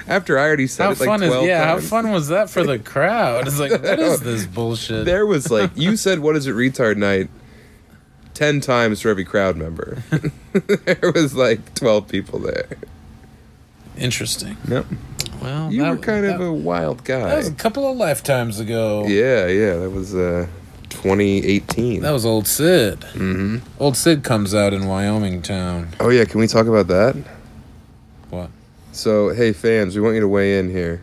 Speaker 1: After I already said
Speaker 2: How
Speaker 1: it like
Speaker 2: fun
Speaker 1: twelve
Speaker 2: is yeah?
Speaker 1: times.
Speaker 2: How fun was that
Speaker 1: [laughs]
Speaker 2: for the crowd? It's like what is this bullshit?
Speaker 1: There was like
Speaker 2: [laughs]
Speaker 1: you said, "What is it, retard night?" Ten times for every crowd
Speaker 2: [laughs]
Speaker 1: member. [laughs] there was like twelve people there.
Speaker 2: Interesting.
Speaker 1: Yep.
Speaker 2: Well,
Speaker 1: You
Speaker 2: Oh, that,
Speaker 1: were kind
Speaker 2: that,
Speaker 1: of a wild
Speaker 2: that
Speaker 1: guy.
Speaker 2: was a couple of lifetimes ago.
Speaker 1: yeah, yeah. That was uh, 2018.
Speaker 2: That was old Sid. Mm-hmm. Old Sid comes out in Wyoming town.
Speaker 1: oh yeah, can we talk about that?
Speaker 2: What?
Speaker 1: So, hey fans, we want you to weigh in here.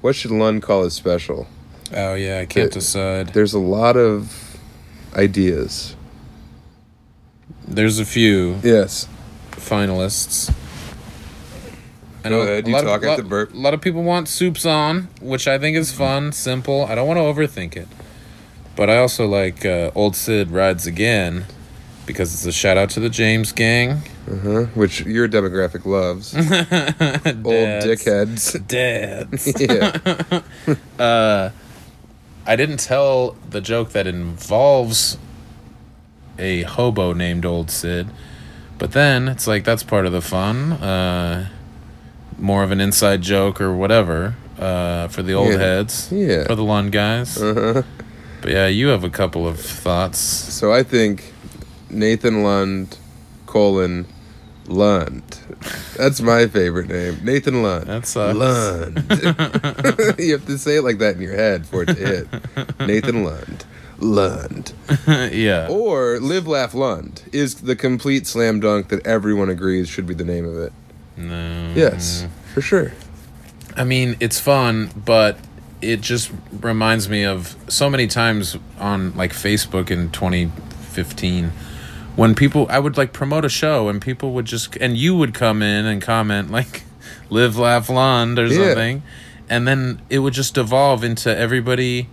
Speaker 1: What should Lund call his special?
Speaker 2: Oh yeah, I can't
Speaker 1: It-
Speaker 2: decide.
Speaker 1: There's a lot of ideas.
Speaker 2: There's a few
Speaker 1: Yes.
Speaker 2: finalists. I
Speaker 1: Go ahead,
Speaker 2: a
Speaker 1: you
Speaker 2: lot of-
Speaker 1: talk, I have
Speaker 2: lot-
Speaker 1: to burp.
Speaker 2: A lot of people want soups on, which I think is fun, simple. I don't want to overthink it, but I also like uh, Old Sid rides again because it's a shout out to the James Gang. [laughs]
Speaker 1: Uh-huh. Which your demographic loves. Old
Speaker 2: Dads. [laughs]
Speaker 1: dickheads.
Speaker 2: Dads.
Speaker 1: [laughs] yeah.
Speaker 2: I didn't tell the joke that involves a hobo named Old Sid, but then it's like that's part of the fun. Uh, more of an inside joke or whatever uh, for the old
Speaker 1: Yeah.
Speaker 2: heads,
Speaker 1: Yeah.
Speaker 2: for the lawn guys.
Speaker 1: Uh-huh.
Speaker 2: But yeah, you have a couple of thoughts.
Speaker 1: So I think Nathan Lund colon Lund. That's my favorite name. Nathan Lund.
Speaker 2: That sucks.
Speaker 1: Lund. [laughs] you have to say it like that in your head for it to hit.
Speaker 2: [laughs]
Speaker 1: Nathan Lund. Lund.
Speaker 2: yeah,
Speaker 1: Or Live Laugh Lund is the complete slam dunk that everyone agrees should be the name of it.
Speaker 2: Mm-hmm. no.
Speaker 1: Yes, for sure.
Speaker 2: I mean, it's fun, but it just reminds me of so many times on like Facebook in 2015 when people I would like promote a show and people would just and you would come in and comment like [laughs] live laugh lund or
Speaker 1: Yeah.
Speaker 2: something and then it would just devolve into everybody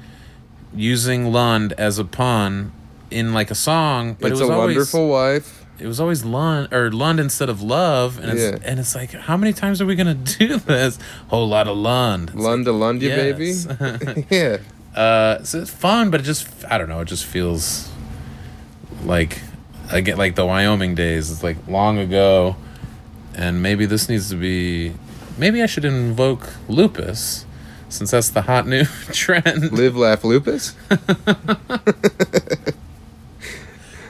Speaker 2: using lund as a pun in like a song but
Speaker 1: it's
Speaker 2: it was
Speaker 1: a
Speaker 2: always
Speaker 1: wonderful wife.
Speaker 2: it was always Lund or Lund instead of love, and it's
Speaker 1: Yeah.
Speaker 2: and it's like how many times [laughs] are we gonna do this? Whole lot of Lund. It's
Speaker 1: Lunda Lundia,
Speaker 2: like, yes.
Speaker 1: baby. [laughs] yeah.
Speaker 2: [laughs] Uh, so it's fun, but it just I don't know. It just feels like I get like the Wyoming days. It's like long ago, and maybe this needs to be. Maybe I should invoke lupus, since that's the hot new [laughs] trend.
Speaker 1: Live, laugh, lupus.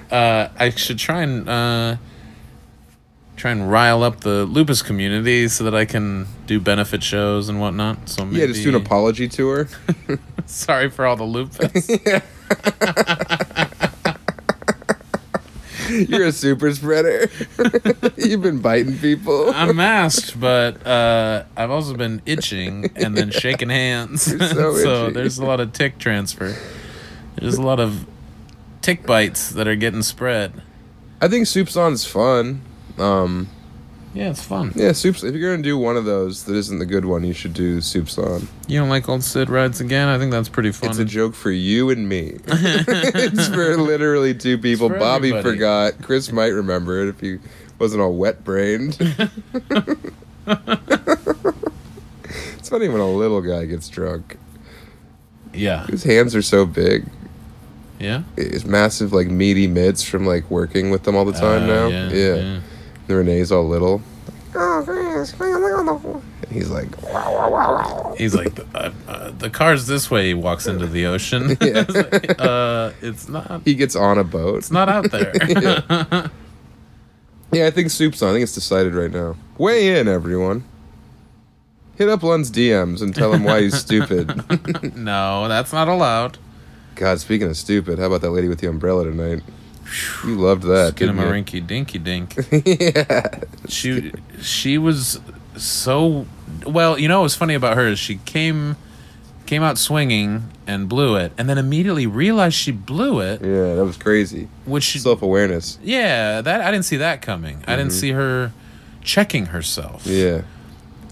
Speaker 2: Uh, I should try and uh, try and rile up the lupus community so that I can do benefit shows and whatnot. So maybe,
Speaker 1: Yeah, just do an apology tour.
Speaker 2: [laughs] Sorry for all
Speaker 1: [laughs]
Speaker 2: the lupus.
Speaker 1: You're a super spreader. [laughs] You've been biting people.
Speaker 2: I'm masked, but uh, I've also been itching
Speaker 1: [laughs]
Speaker 2: and then shaking hands. [laughs]
Speaker 1: so itchy.
Speaker 2: there's a lot of tick transfer. There's a lot of tick bites that are getting spread.
Speaker 1: I think Soup's on is fun. Um,
Speaker 2: Yeah, it's fun.
Speaker 1: yeah, Soup's. If you're gonna do one of those that isn't the good one, you should do Soup's on.
Speaker 2: You don't like old Sid rides again? I think that's pretty fun.
Speaker 1: It's a joke for you and
Speaker 2: [laughs]
Speaker 1: me. it's for literally two people.
Speaker 2: for
Speaker 1: Bobby
Speaker 2: everybody.
Speaker 1: forgot. Chris might remember it if he wasn't all wet
Speaker 2: [laughs]
Speaker 1: brained. it's funny when a little guy gets drunk.
Speaker 2: yeah,
Speaker 1: His hands are so big.
Speaker 2: yeah.
Speaker 1: His massive, like meaty mitts from like working with them all the time
Speaker 2: Uh,
Speaker 1: now. yeah. And Renee's all little. Oh, Chris, look on the floor. And he's like, wow, wow, wow, wow.
Speaker 2: He's like, uh, uh, the car's this way. He walks into the ocean. [laughs]
Speaker 1: Yeah.
Speaker 2: It's like, uh, it's not.
Speaker 1: He gets on a boat.
Speaker 2: It's not out there.
Speaker 1: [laughs] Yeah. Yeah, I think Soup's on. I think it's decided right now. Weigh in, everyone. Hit up Lund's DMs and tell him why he's [laughs] stupid.
Speaker 2: [laughs] no, that's not allowed.
Speaker 1: God, speaking of stupid, how about that lady with the umbrella tonight? You loved that,
Speaker 2: Get
Speaker 1: didn't
Speaker 2: him a
Speaker 1: you?
Speaker 2: rinky
Speaker 1: [laughs]
Speaker 2: dinky dink.
Speaker 1: yeah.
Speaker 2: she she was so well you know what was funny about her is she came came out swinging and blew it and then immediately realized she blew it
Speaker 1: Yeah, that was crazy.
Speaker 2: which she,
Speaker 1: Self awareness.
Speaker 2: yeah that i didn't see that coming i didn't see her checking herself
Speaker 1: Mm-hmm. Yeah.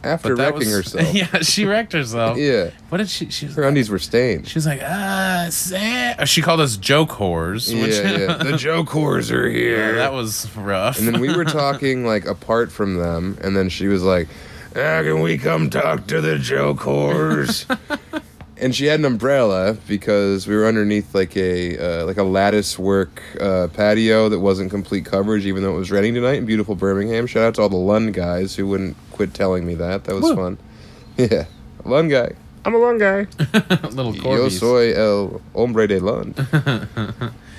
Speaker 1: After wrecking [laughs]
Speaker 2: [laughs]
Speaker 1: herself.
Speaker 2: yeah she wrecked
Speaker 1: [laughs]
Speaker 2: herself
Speaker 1: Yeah.
Speaker 2: what did she she was,
Speaker 1: Her undies were stained.
Speaker 2: she was like ah sad. she called us joke whores
Speaker 1: Yeah,
Speaker 2: which [laughs]
Speaker 1: yeah. [laughs] The joke whores are here.
Speaker 2: that was rough
Speaker 1: And then we [laughs] were talking like apart from them, and then she was like, "Ah, "Can we come talk to the joke horse?" and she had an umbrella because we were underneath like a uh, like a lattice work uh, patio that wasn't complete coverage, even though it was raining tonight in beautiful Birmingham. Shout out to all the Lund guys who wouldn't quit telling me that. That was
Speaker 2: Woo.
Speaker 1: fun. [laughs] Yeah, Lund guy. I'm a Lund guy.
Speaker 2: [laughs] little
Speaker 1: Yo
Speaker 2: corgis.
Speaker 1: soy el hombre de Lund.
Speaker 2: [laughs]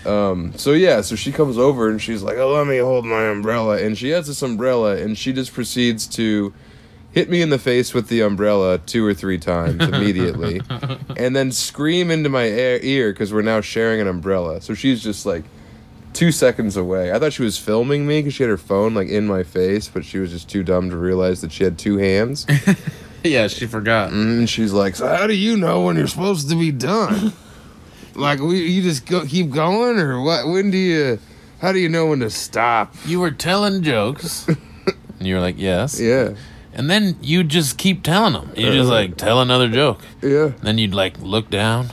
Speaker 1: um, so yeah, so she comes over and she's like, "Oh, let me hold my umbrella." And she has this umbrella, and she just proceeds to hit me in the face with the umbrella two or three times
Speaker 2: [laughs]
Speaker 1: immediately, and then scream into my air- ear because we're now sharing an umbrella. So she's just like two seconds away. I thought she was filming me because she had her phone like in my face, but she was just too dumb to realize that she had two hands.
Speaker 2: yeah she forgot
Speaker 1: Mm, And she's like, "So how do you know when you're supposed to be [laughs] done? like, we you just go keep going, or what? When do you? How do you know when to stop?
Speaker 2: you were telling
Speaker 1: [laughs]
Speaker 2: jokes and you were like yes
Speaker 1: Yeah, Uh-huh.
Speaker 2: and then you just keep telling them you just like tell another joke
Speaker 1: yeah.
Speaker 2: then you'd like look down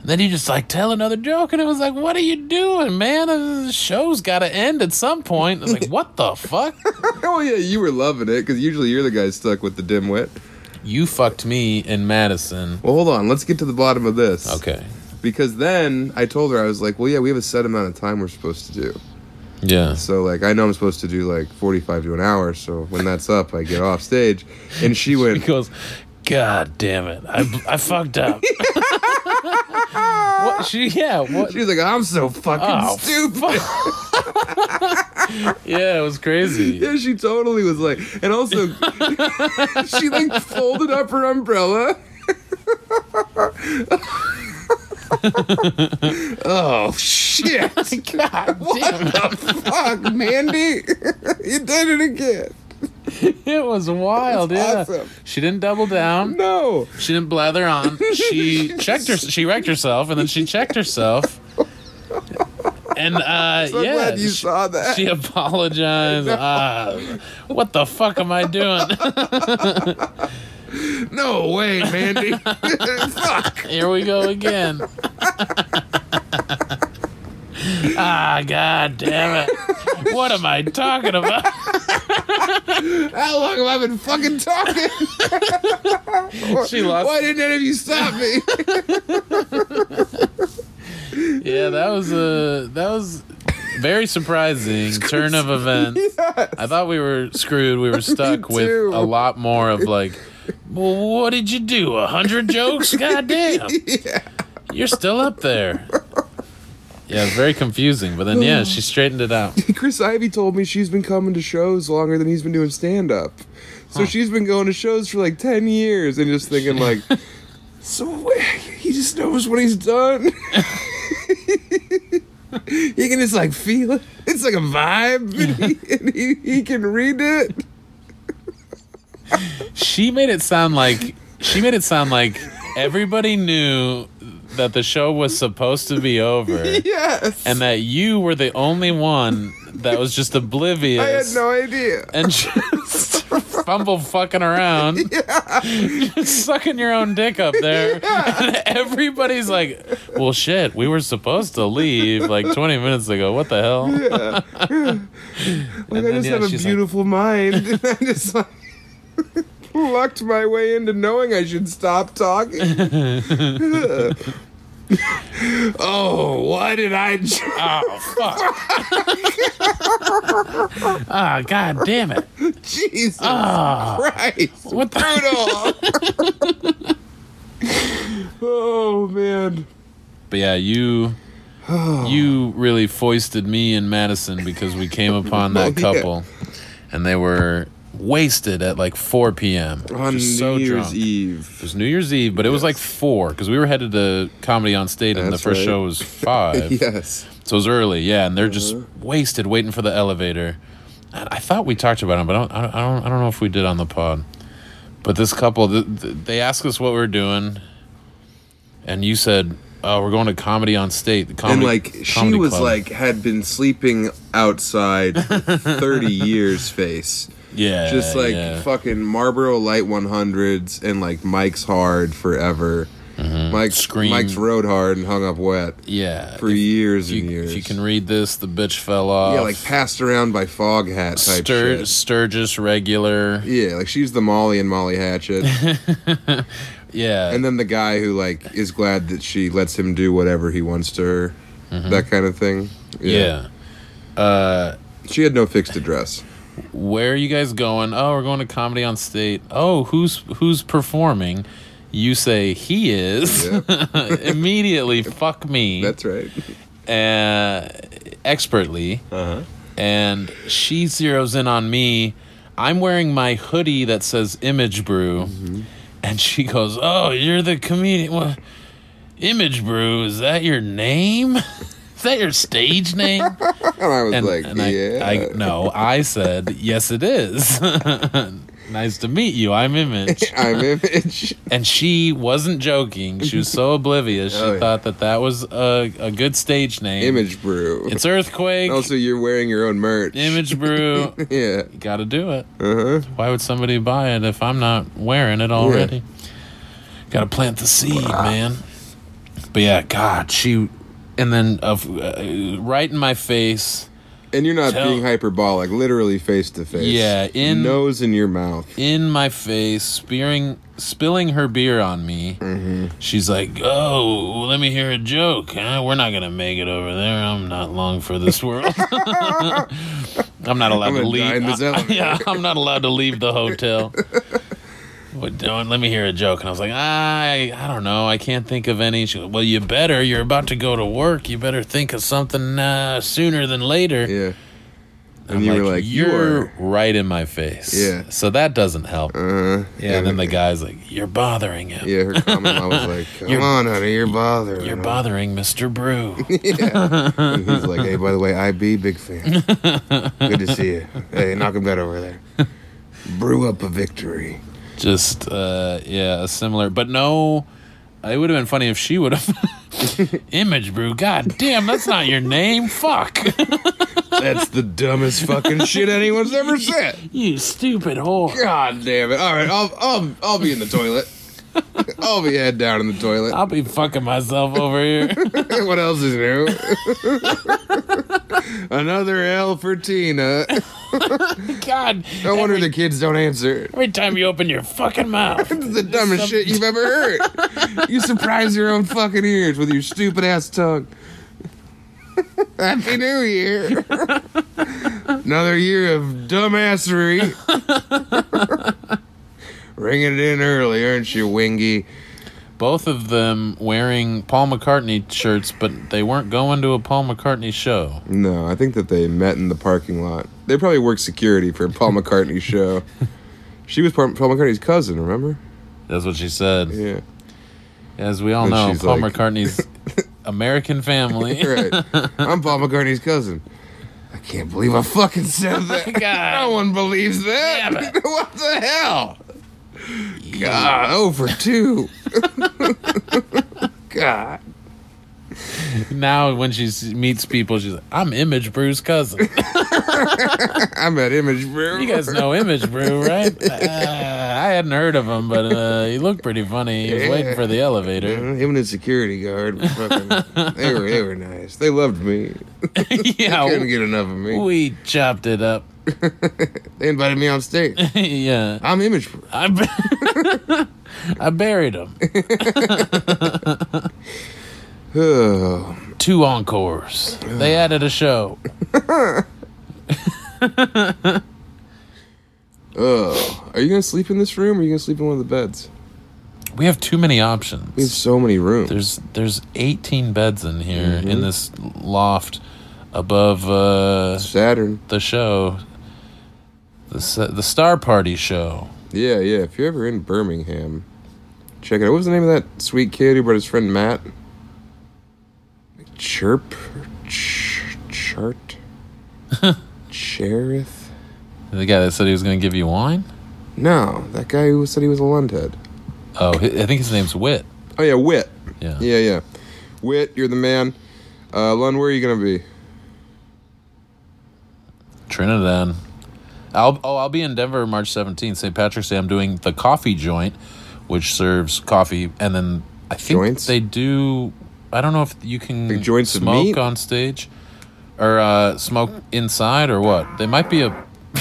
Speaker 2: and then you just like tell another joke and it was like what are you doing man Uh, the show's gotta end at some
Speaker 1: [laughs]
Speaker 2: point it's like what the fuck
Speaker 1: [laughs] Oh yeah, you were loving it because usually you're the guy stuck with the dimwit.
Speaker 2: you fucked me in madison
Speaker 1: Well, hold on. Let's get to the bottom of this.
Speaker 2: okay
Speaker 1: Because then I told her I was like, "Well, yeah, we have a set amount of time we're supposed to do.
Speaker 2: yeah
Speaker 1: So like, I know I'm supposed to do like 45 to an hour. So when that's up, I get off stage." And [laughs] she
Speaker 2: he
Speaker 1: went,
Speaker 2: goes god damn it i, I fucked
Speaker 1: [laughs]
Speaker 2: up what she yeah what
Speaker 1: "She was like, I'm so fucking
Speaker 2: Oh,
Speaker 1: stupid."
Speaker 2: yeah it was crazy
Speaker 1: [laughs] Yeah, she totally was like, and also
Speaker 2: [laughs]
Speaker 1: she like folded up her umbrella. [laughs] oh
Speaker 2: [laughs]
Speaker 1: shit!
Speaker 2: god damn it
Speaker 1: Fuck, Mandy, [laughs] you did it again.
Speaker 2: It was wild, yeah.
Speaker 1: awesome.
Speaker 2: She didn't double down.
Speaker 1: No,
Speaker 2: She didn't blather on. She checked her. She wrecked herself, and then she checked herself. And uh,
Speaker 1: I'm
Speaker 2: yeah,
Speaker 1: glad you
Speaker 2: she,
Speaker 1: saw that. [laughs]
Speaker 2: she apologized. Ah, what the fuck am I doing?
Speaker 1: no way,
Speaker 2: [laughs]
Speaker 1: Mandy. Fuck.
Speaker 2: Here we go [laughs] again. ah, god damn it! What am I talking about?
Speaker 1: How long have I been fucking talking?
Speaker 2: [laughs] She lost-
Speaker 1: Why didn't any of you stop me? [laughs]
Speaker 2: Yeah, that was a that was very surprising [laughs] turn of events. I thought we were screwed. [laughs] We were stuck with
Speaker 1: too.
Speaker 2: a lot more of like, well, what did you do? A hundred [laughs] jokes? Goddamn! You're still up there. Yeah, it's very confusing. But then, yeah, she straightened it out.
Speaker 1: Chris Ivy told me she's been coming to shows longer than he's been doing stand up. So she's been going to shows for like 10 years and just thinking,
Speaker 2: [laughs]
Speaker 1: like, so he just knows what he's
Speaker 2: [laughs]
Speaker 1: done. he can just like feel it. It's like a vibe [laughs] and he, and he, he can read it.
Speaker 2: She made it sound like she made it sound like everybody knew that the show was supposed to be over.
Speaker 1: [laughs] Yes.
Speaker 2: And that you were the only one that was just oblivious.
Speaker 1: I had no idea.
Speaker 2: and just fumble fucking around,
Speaker 1: [laughs]
Speaker 2: just sucking your own dick up there. And everybody's like, "Well, shit, we were supposed to leave like 20 minutes ago. What the hell?"
Speaker 1: Like, I
Speaker 2: then,
Speaker 1: just
Speaker 2: yeah,
Speaker 1: have a
Speaker 2: she's like-
Speaker 1: beautiful mind. [laughs] And I just like lucked my way into knowing I should stop talking.
Speaker 2: [laughs]
Speaker 1: oh, why did I? j-
Speaker 2: Oh
Speaker 1: [laughs]
Speaker 2: fuck! Ah, god damn it!
Speaker 1: Jesus
Speaker 2: Ah,
Speaker 1: Christ.
Speaker 2: what the?
Speaker 1: Brutal. [laughs] oh, man.
Speaker 2: But yeah, you. You really foisted me and Madison because we came upon
Speaker 1: [laughs]
Speaker 2: that
Speaker 1: Oh, yeah.
Speaker 2: couple, and they were wasted at like 4 p.m.
Speaker 1: On
Speaker 2: just
Speaker 1: New Year's
Speaker 2: drunk. It
Speaker 1: Eve.
Speaker 2: was New Year's Eve, but it was like four because we were headed to comedy on state, and the
Speaker 1: That's
Speaker 2: first
Speaker 1: right.
Speaker 2: show was
Speaker 1: [laughs]
Speaker 2: five,
Speaker 1: Yes.
Speaker 2: so it was early. Yeah, and they're just
Speaker 1: Mm-hmm.
Speaker 2: wasted waiting for the elevator. And I thought we talked about them, but I don't, I don't, I don't, I don't know if we did on the pod. But this couple, th- th- they asked us what we were doing, and you said, "Oh, we're going to comedy on state." The comedy,
Speaker 1: and like she
Speaker 2: comedy
Speaker 1: was
Speaker 2: club."
Speaker 1: like had been sleeping outside for
Speaker 2: [laughs]
Speaker 1: 30 years face
Speaker 2: "Yeah,
Speaker 1: just like
Speaker 2: yeah.
Speaker 1: fucking Marlboro Light 100s and like Mike's Hard forever. Mike's
Speaker 2: Mm-hmm. Scream.
Speaker 1: Mike's rode hard and hung up wet
Speaker 2: yeah."
Speaker 1: for years
Speaker 2: if,
Speaker 1: and
Speaker 2: you,
Speaker 1: years.
Speaker 2: if you can read this, the bitch fell off.
Speaker 1: yeah, like passed around by fog hat type
Speaker 2: Stur-
Speaker 1: shit.
Speaker 2: Sturgis regular.
Speaker 1: Yeah, like she's the Molly and Molly Hatchet,
Speaker 2: Yeah,
Speaker 1: and then the guy who like is glad that she lets him do whatever he wants to her, that kind of thing.
Speaker 2: Mm-hmm. yeah.
Speaker 1: she had no fixed address.
Speaker 2: where are you guys going? Oh, we're going to comedy on state. Oh, who's who's performing? You say he is [laughs] immediately. Fuck me,
Speaker 1: That's right.
Speaker 2: uh, expertly, and she zeroes in on me. I'm wearing my hoodie that says Image Brew, and she goes, "Oh, you're the comedian. What? Image Brew is that your name? [laughs] is that your stage name?"
Speaker 1: And I was
Speaker 2: And,
Speaker 1: like,
Speaker 2: and I,
Speaker 1: yeah.
Speaker 2: I, no, I said, yes, it is. [laughs] nice to meet you. I'm Image.
Speaker 1: [laughs] I'm image.
Speaker 2: And she wasn't joking. She was so oblivious. She
Speaker 1: Oh, yeah.
Speaker 2: thought that that was a, a good stage name.
Speaker 1: Image brew.
Speaker 2: It's Earthquake,
Speaker 1: also, you're wearing your own merch. [laughs]
Speaker 2: Image Brew.
Speaker 1: Yeah.
Speaker 2: Gotta do it.
Speaker 1: Uh huh.
Speaker 2: Why would somebody buy it if I'm not wearing it already? Gotta plant the seed, man. But yeah, God, she. And then of uh, right in my face.
Speaker 1: And you're not
Speaker 2: Tell-
Speaker 1: being hyperbolic. Literally face to face.
Speaker 2: Yeah, in-
Speaker 1: nose in your mouth.
Speaker 2: in my face, spearing, spilling her beer on me.
Speaker 1: Mm-hmm.
Speaker 2: She's like, "Oh, let me hear a joke. Huh? We're not gonna make it over there. I'm not long for this
Speaker 1: [laughs]
Speaker 2: world. I'm not allowed
Speaker 1: I'm
Speaker 2: to
Speaker 1: gonna
Speaker 2: leave.
Speaker 1: die in this
Speaker 2: I- I-
Speaker 1: elevator."
Speaker 2: [laughs] yeah, I'm not allowed to leave
Speaker 1: [laughs]
Speaker 2: the hotel." But don't let me hear a joke. And I was like, I, I don't know. I can't think of any. She goes, well, you better. You're about to go to work. You better think of something uh, sooner than later.
Speaker 1: Yeah. And
Speaker 2: I'm
Speaker 1: you were like,
Speaker 2: you're
Speaker 1: you're.
Speaker 2: right in my face.
Speaker 1: Yeah.
Speaker 2: So that doesn't help.
Speaker 1: Uh,
Speaker 2: Yeah, and then the guy's like, "You're bothering him.
Speaker 1: Yeah, her comment I was like, come
Speaker 2: You're-
Speaker 1: on, honey, you're bothering.
Speaker 2: You're
Speaker 1: him."
Speaker 2: bothering
Speaker 1: [laughs]
Speaker 2: Mr. Brew."
Speaker 1: Yeah. and he's like, hey, by the way, IB, big fan. Good to see you. Hey, knock him dead over there. Brew up a victory.
Speaker 2: Just uh yeah, a similar, but no it would have been funny if she would have [laughs] Image Brew. God damn, that's not your name. Fuck. [laughs]
Speaker 1: That's the dumbest fucking shit anyone's ever said.
Speaker 2: you stupid whore.
Speaker 1: God damn it! All right, I'll I'll I'll be in the toilet. I'll be head down in the toilet. [laughs]
Speaker 2: I'll be fucking myself over here.
Speaker 1: what else is new? [laughs] Another L for Tina.
Speaker 2: [laughs] God,
Speaker 1: No wonder the kids don't answer.
Speaker 2: every time you open your fucking mouth.
Speaker 1: [laughs] It's the dumbest shit you've ever heard. You surprise your own fucking ears with your stupid ass tongue. [laughs] Happy New Year. Another year of dumbassery. Ringing it in early, aren't you, Wingy?
Speaker 2: Both of them wearing Paul McCartney shirts, but they weren't going to a Paul McCartney show.
Speaker 1: No, I think that they met in the parking lot. They probably worked security for Paul McCartney's show. She was Paul Paul McCartney's cousin, remember?
Speaker 2: That's what she said.
Speaker 1: Yeah.
Speaker 2: As we all
Speaker 1: And
Speaker 2: know,
Speaker 1: she's
Speaker 2: Paul
Speaker 1: like-
Speaker 2: McCartney's
Speaker 1: [laughs]
Speaker 2: American family.
Speaker 1: right. I'm Paul McCartney's cousin. I can't believe I fucking said
Speaker 2: [laughs]
Speaker 1: that.
Speaker 2: God.
Speaker 1: No one believes that. [laughs]
Speaker 2: Damn
Speaker 1: what the hell? God, oh for two. [laughs] God.
Speaker 2: Now, when she s- meets people, she's like, "I'm Image Brew's cousin."
Speaker 1: I'm at Image Brew.
Speaker 2: You guys know Image Brew,
Speaker 1: [laughs]
Speaker 2: right? Uh, I hadn't heard of him, but uh, he looked pretty funny. He was waiting for
Speaker 1: [laughs]
Speaker 2: the elevator.
Speaker 1: him and his security guard. were Fucking, they were they were nice. They loved me. Couldn't
Speaker 2: yeah,
Speaker 1: get enough of me.
Speaker 2: we chopped it up. [laughs]
Speaker 1: They invited me on stage.
Speaker 2: yeah,
Speaker 1: I'm Image Brew.
Speaker 2: I, bu- [laughs] I buried him.
Speaker 1: [laughs] Oh,
Speaker 2: Two encores. They added a show.
Speaker 1: oh. Are you gonna sleep in this room or are you gonna sleep in one of the beds?
Speaker 2: We have too many
Speaker 1: We have
Speaker 2: options.
Speaker 1: so many rooms.
Speaker 2: There's there's 18 beds in here in this loft above uh,
Speaker 1: Saturn.
Speaker 2: the show, the s- the Star Party show.
Speaker 1: Yeah, yeah. If you're ever in Birmingham, check it out. What was the name of that sweet kid who brought his friend Matt? Chirp? Ch- [laughs] chart? Cherith?
Speaker 2: The guy that said he was going to give you wine.
Speaker 1: No, that guy who said he was a Lundhead.
Speaker 2: Oh, hi- I think his name's Wit.
Speaker 1: Oh, yeah, Wit.
Speaker 2: Yeah.
Speaker 1: Yeah, yeah. Wit, you're the man. Uh, Lund, where are you going to be?
Speaker 2: Trinidad. I'll oh I'll be in Denver March seventeenth, St. Patrick's Day. I'm doing the coffee joint, which serves coffee, and then I think
Speaker 1: Joints?
Speaker 2: they do. I don't know if you can
Speaker 1: Like joints of
Speaker 2: smoke
Speaker 1: meat?
Speaker 2: on stage, or uh, smoke inside, or what. They might be a.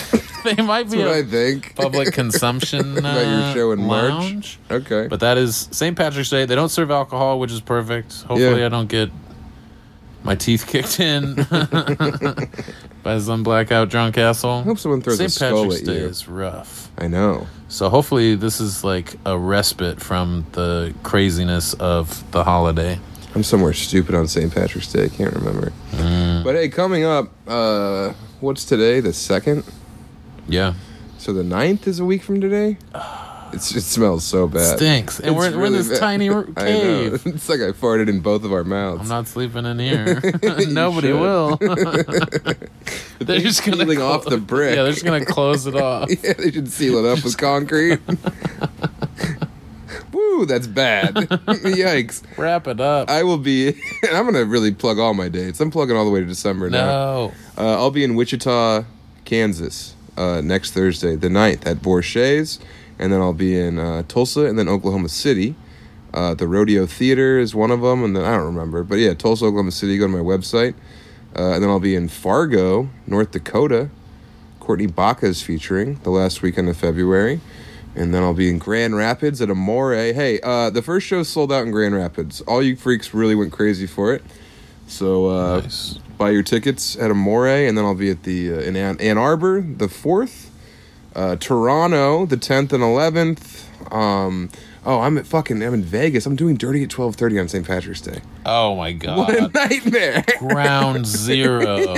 Speaker 2: [laughs] they might be
Speaker 1: What I
Speaker 2: a
Speaker 1: think.
Speaker 2: public
Speaker 1: [laughs]
Speaker 2: consumption
Speaker 1: About your
Speaker 2: uh,
Speaker 1: show in March?
Speaker 2: lounge.
Speaker 1: Okay.
Speaker 2: But that is St. Patrick's Day. They don't serve alcohol, which is perfect. Hopefully,
Speaker 1: Yeah.
Speaker 2: I don't get my teeth
Speaker 1: [laughs]
Speaker 2: kicked in by some blackout drunk asshole.
Speaker 1: hope someone throws a
Speaker 2: St.
Speaker 1: skull
Speaker 2: Patrick's
Speaker 1: at
Speaker 2: Day
Speaker 1: you.
Speaker 2: is rough.
Speaker 1: I know.
Speaker 2: So hopefully, this is like a respite from the craziness of the holiday.
Speaker 1: I'm somewhere stupid on St. Patrick's Day. I can't remember. But hey, coming up, uh, what's today? The second?
Speaker 2: Yeah,
Speaker 1: So the 9th is a week from today? It's, it smells so bad.
Speaker 2: stinks.
Speaker 1: It's
Speaker 2: And we're, we're in
Speaker 1: really
Speaker 2: this
Speaker 1: bad.
Speaker 2: tiny r-
Speaker 1: [laughs] I know.
Speaker 2: cave.
Speaker 1: It's like I farted in both of our
Speaker 2: I'm
Speaker 1: mouths.
Speaker 2: not sleeping in here.
Speaker 1: [laughs] You
Speaker 2: [laughs] Nobody
Speaker 1: should. [laughs]
Speaker 2: will. [laughs] they're
Speaker 1: thing's
Speaker 2: just gonna
Speaker 1: peeling off
Speaker 2: clo-
Speaker 1: the brick.
Speaker 2: Yeah, they're just gonna
Speaker 1: [laughs]
Speaker 2: close it off.
Speaker 1: [laughs] yeah, they should seal it up with
Speaker 2: [laughs]
Speaker 1: concrete. [laughs] Woo, that's
Speaker 2: [laughs]
Speaker 1: bad. [laughs] Yikes.
Speaker 2: Wrap it up.
Speaker 1: I will be, [laughs] and I'm going to really plug all my dates. I'm plugging all the way to December now.
Speaker 2: no.
Speaker 1: Uh, I'll be in Wichita, Kansas uh, next Thursday, the 9th, at Borchet's. And then I'll be in uh, Tulsa and then Oklahoma City. Uh, the Rodeo Theater is one of them. And then I don't remember. But yeah, Tulsa, Oklahoma City. Go to my website. Uh, and then I'll be in Fargo, North Dakota. Courtney Baca is featuring the last weekend of February. And then I'll be in Grand Rapids at Amore. Hey, uh, the first show sold out in Grand Rapids. All you freaks really went crazy for it. So uh,
Speaker 2: Nice.
Speaker 1: buy your tickets at Amore, and then I'll be at the uh, in Ann, Ann Arbor the fourth, uh, Toronto the tenth and eleventh. Um, oh, I'm at fucking I'm in Vegas. I'm doing dirty at twelve thirty on St. Patrick's Day. [laughs]
Speaker 2: Oh my god.
Speaker 1: What a nightmare! [laughs]
Speaker 2: Ground zero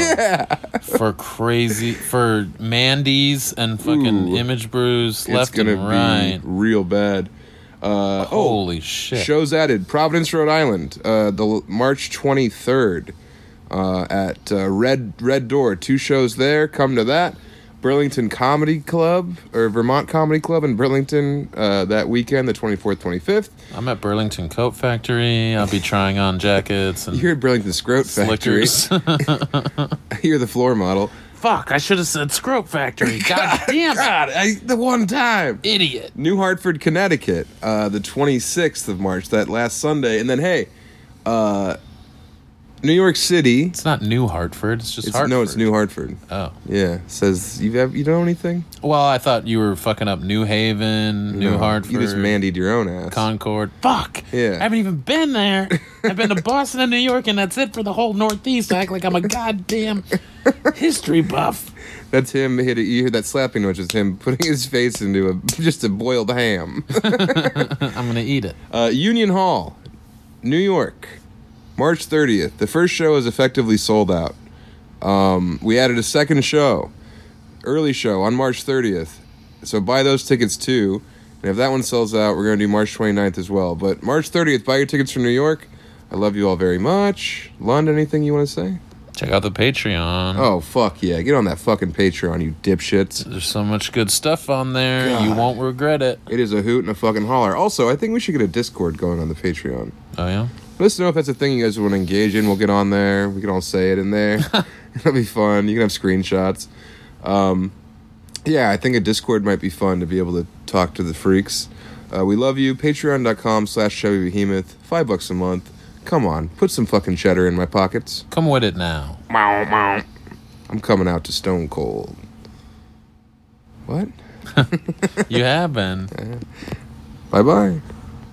Speaker 2: for crazy for Mandy's and fucking
Speaker 1: Ooh.
Speaker 2: image brews
Speaker 1: it's
Speaker 2: left
Speaker 1: gonna
Speaker 2: and right.
Speaker 1: be real bad. Uh, oh,
Speaker 2: Holy shit.
Speaker 1: Shows added: Providence, Rhode Island, uh, the l- March twenty third uh, at uh, Red Red Door. Two shows there. Come to that. Burlington Comedy Club or Vermont Comedy Club in Burlington uh, that weekend, the twenty fourth, twenty fifth.
Speaker 2: I'm at Burlington Coat Factory. I'll be trying on jackets and
Speaker 1: You're at Burlington Scroat Factory. [laughs]
Speaker 2: slickers.
Speaker 1: You're the floor model.
Speaker 2: Fuck, I should have said
Speaker 1: [laughs]
Speaker 2: Scrope Factory. God damn it.
Speaker 1: God, I, the one time.
Speaker 2: Idiot.
Speaker 1: New Hartford, Connecticut, uh, the 26th of March, that last Sunday. And then, hey, uh, New York City.
Speaker 2: It's not New Hartford. It's just
Speaker 1: It's,
Speaker 2: Hartford.
Speaker 1: no, it's New Hartford.
Speaker 2: Oh.
Speaker 1: Yeah, says you have you know anything?
Speaker 2: Well, I thought you were fucking up New Haven, New
Speaker 1: no,
Speaker 2: Hartford,
Speaker 1: You just mandied your own ass.
Speaker 2: Concord. Fuck.
Speaker 1: Yeah.
Speaker 2: I haven't even
Speaker 1: [laughs]
Speaker 2: been there. I've been to Boston and New York, and that's it for the whole Northeast. I act like I'm a goddamn history buff.
Speaker 1: That's him. Hit it. You hear that slapping noise? It's him putting his face into a [laughs] just a boiled ham.
Speaker 2: [laughs] I'm gonna eat it.
Speaker 1: Uh, Union Hall, New York, March 30th. The first show is effectively sold out. Um, we added a second show, early show on March 30th. So buy those tickets too. And if that one sells out, we're going to do March 29th as well. But March 30th, buy your tickets from New York. I love you all very much. Lon, anything you want to say?
Speaker 2: Check out the Patreon.
Speaker 1: Oh, fuck yeah. Get on that fucking Patreon, you dipshits.
Speaker 2: There's so much good stuff on there. You
Speaker 1: God.
Speaker 2: won't regret it.
Speaker 1: It is a hoot and a fucking holler. Also, I think we should get a Discord going on the Patreon.
Speaker 2: Oh yeah.
Speaker 1: Let us know if that's a thing you guys want to engage in. We'll get on there. We can all say it in there. It'll be fun. You can have screenshots. Um, yeah, I think a Discord might be fun to be able to talk to the freaks. Uh, we love you. Patreon.com slash Chevy Behemoth. Five bucks a month. Come on. Put some fucking cheddar in my pockets.
Speaker 2: Come with it now.
Speaker 1: I'm coming out to Stone Cold. What?
Speaker 2: You have been.
Speaker 1: Bye bye.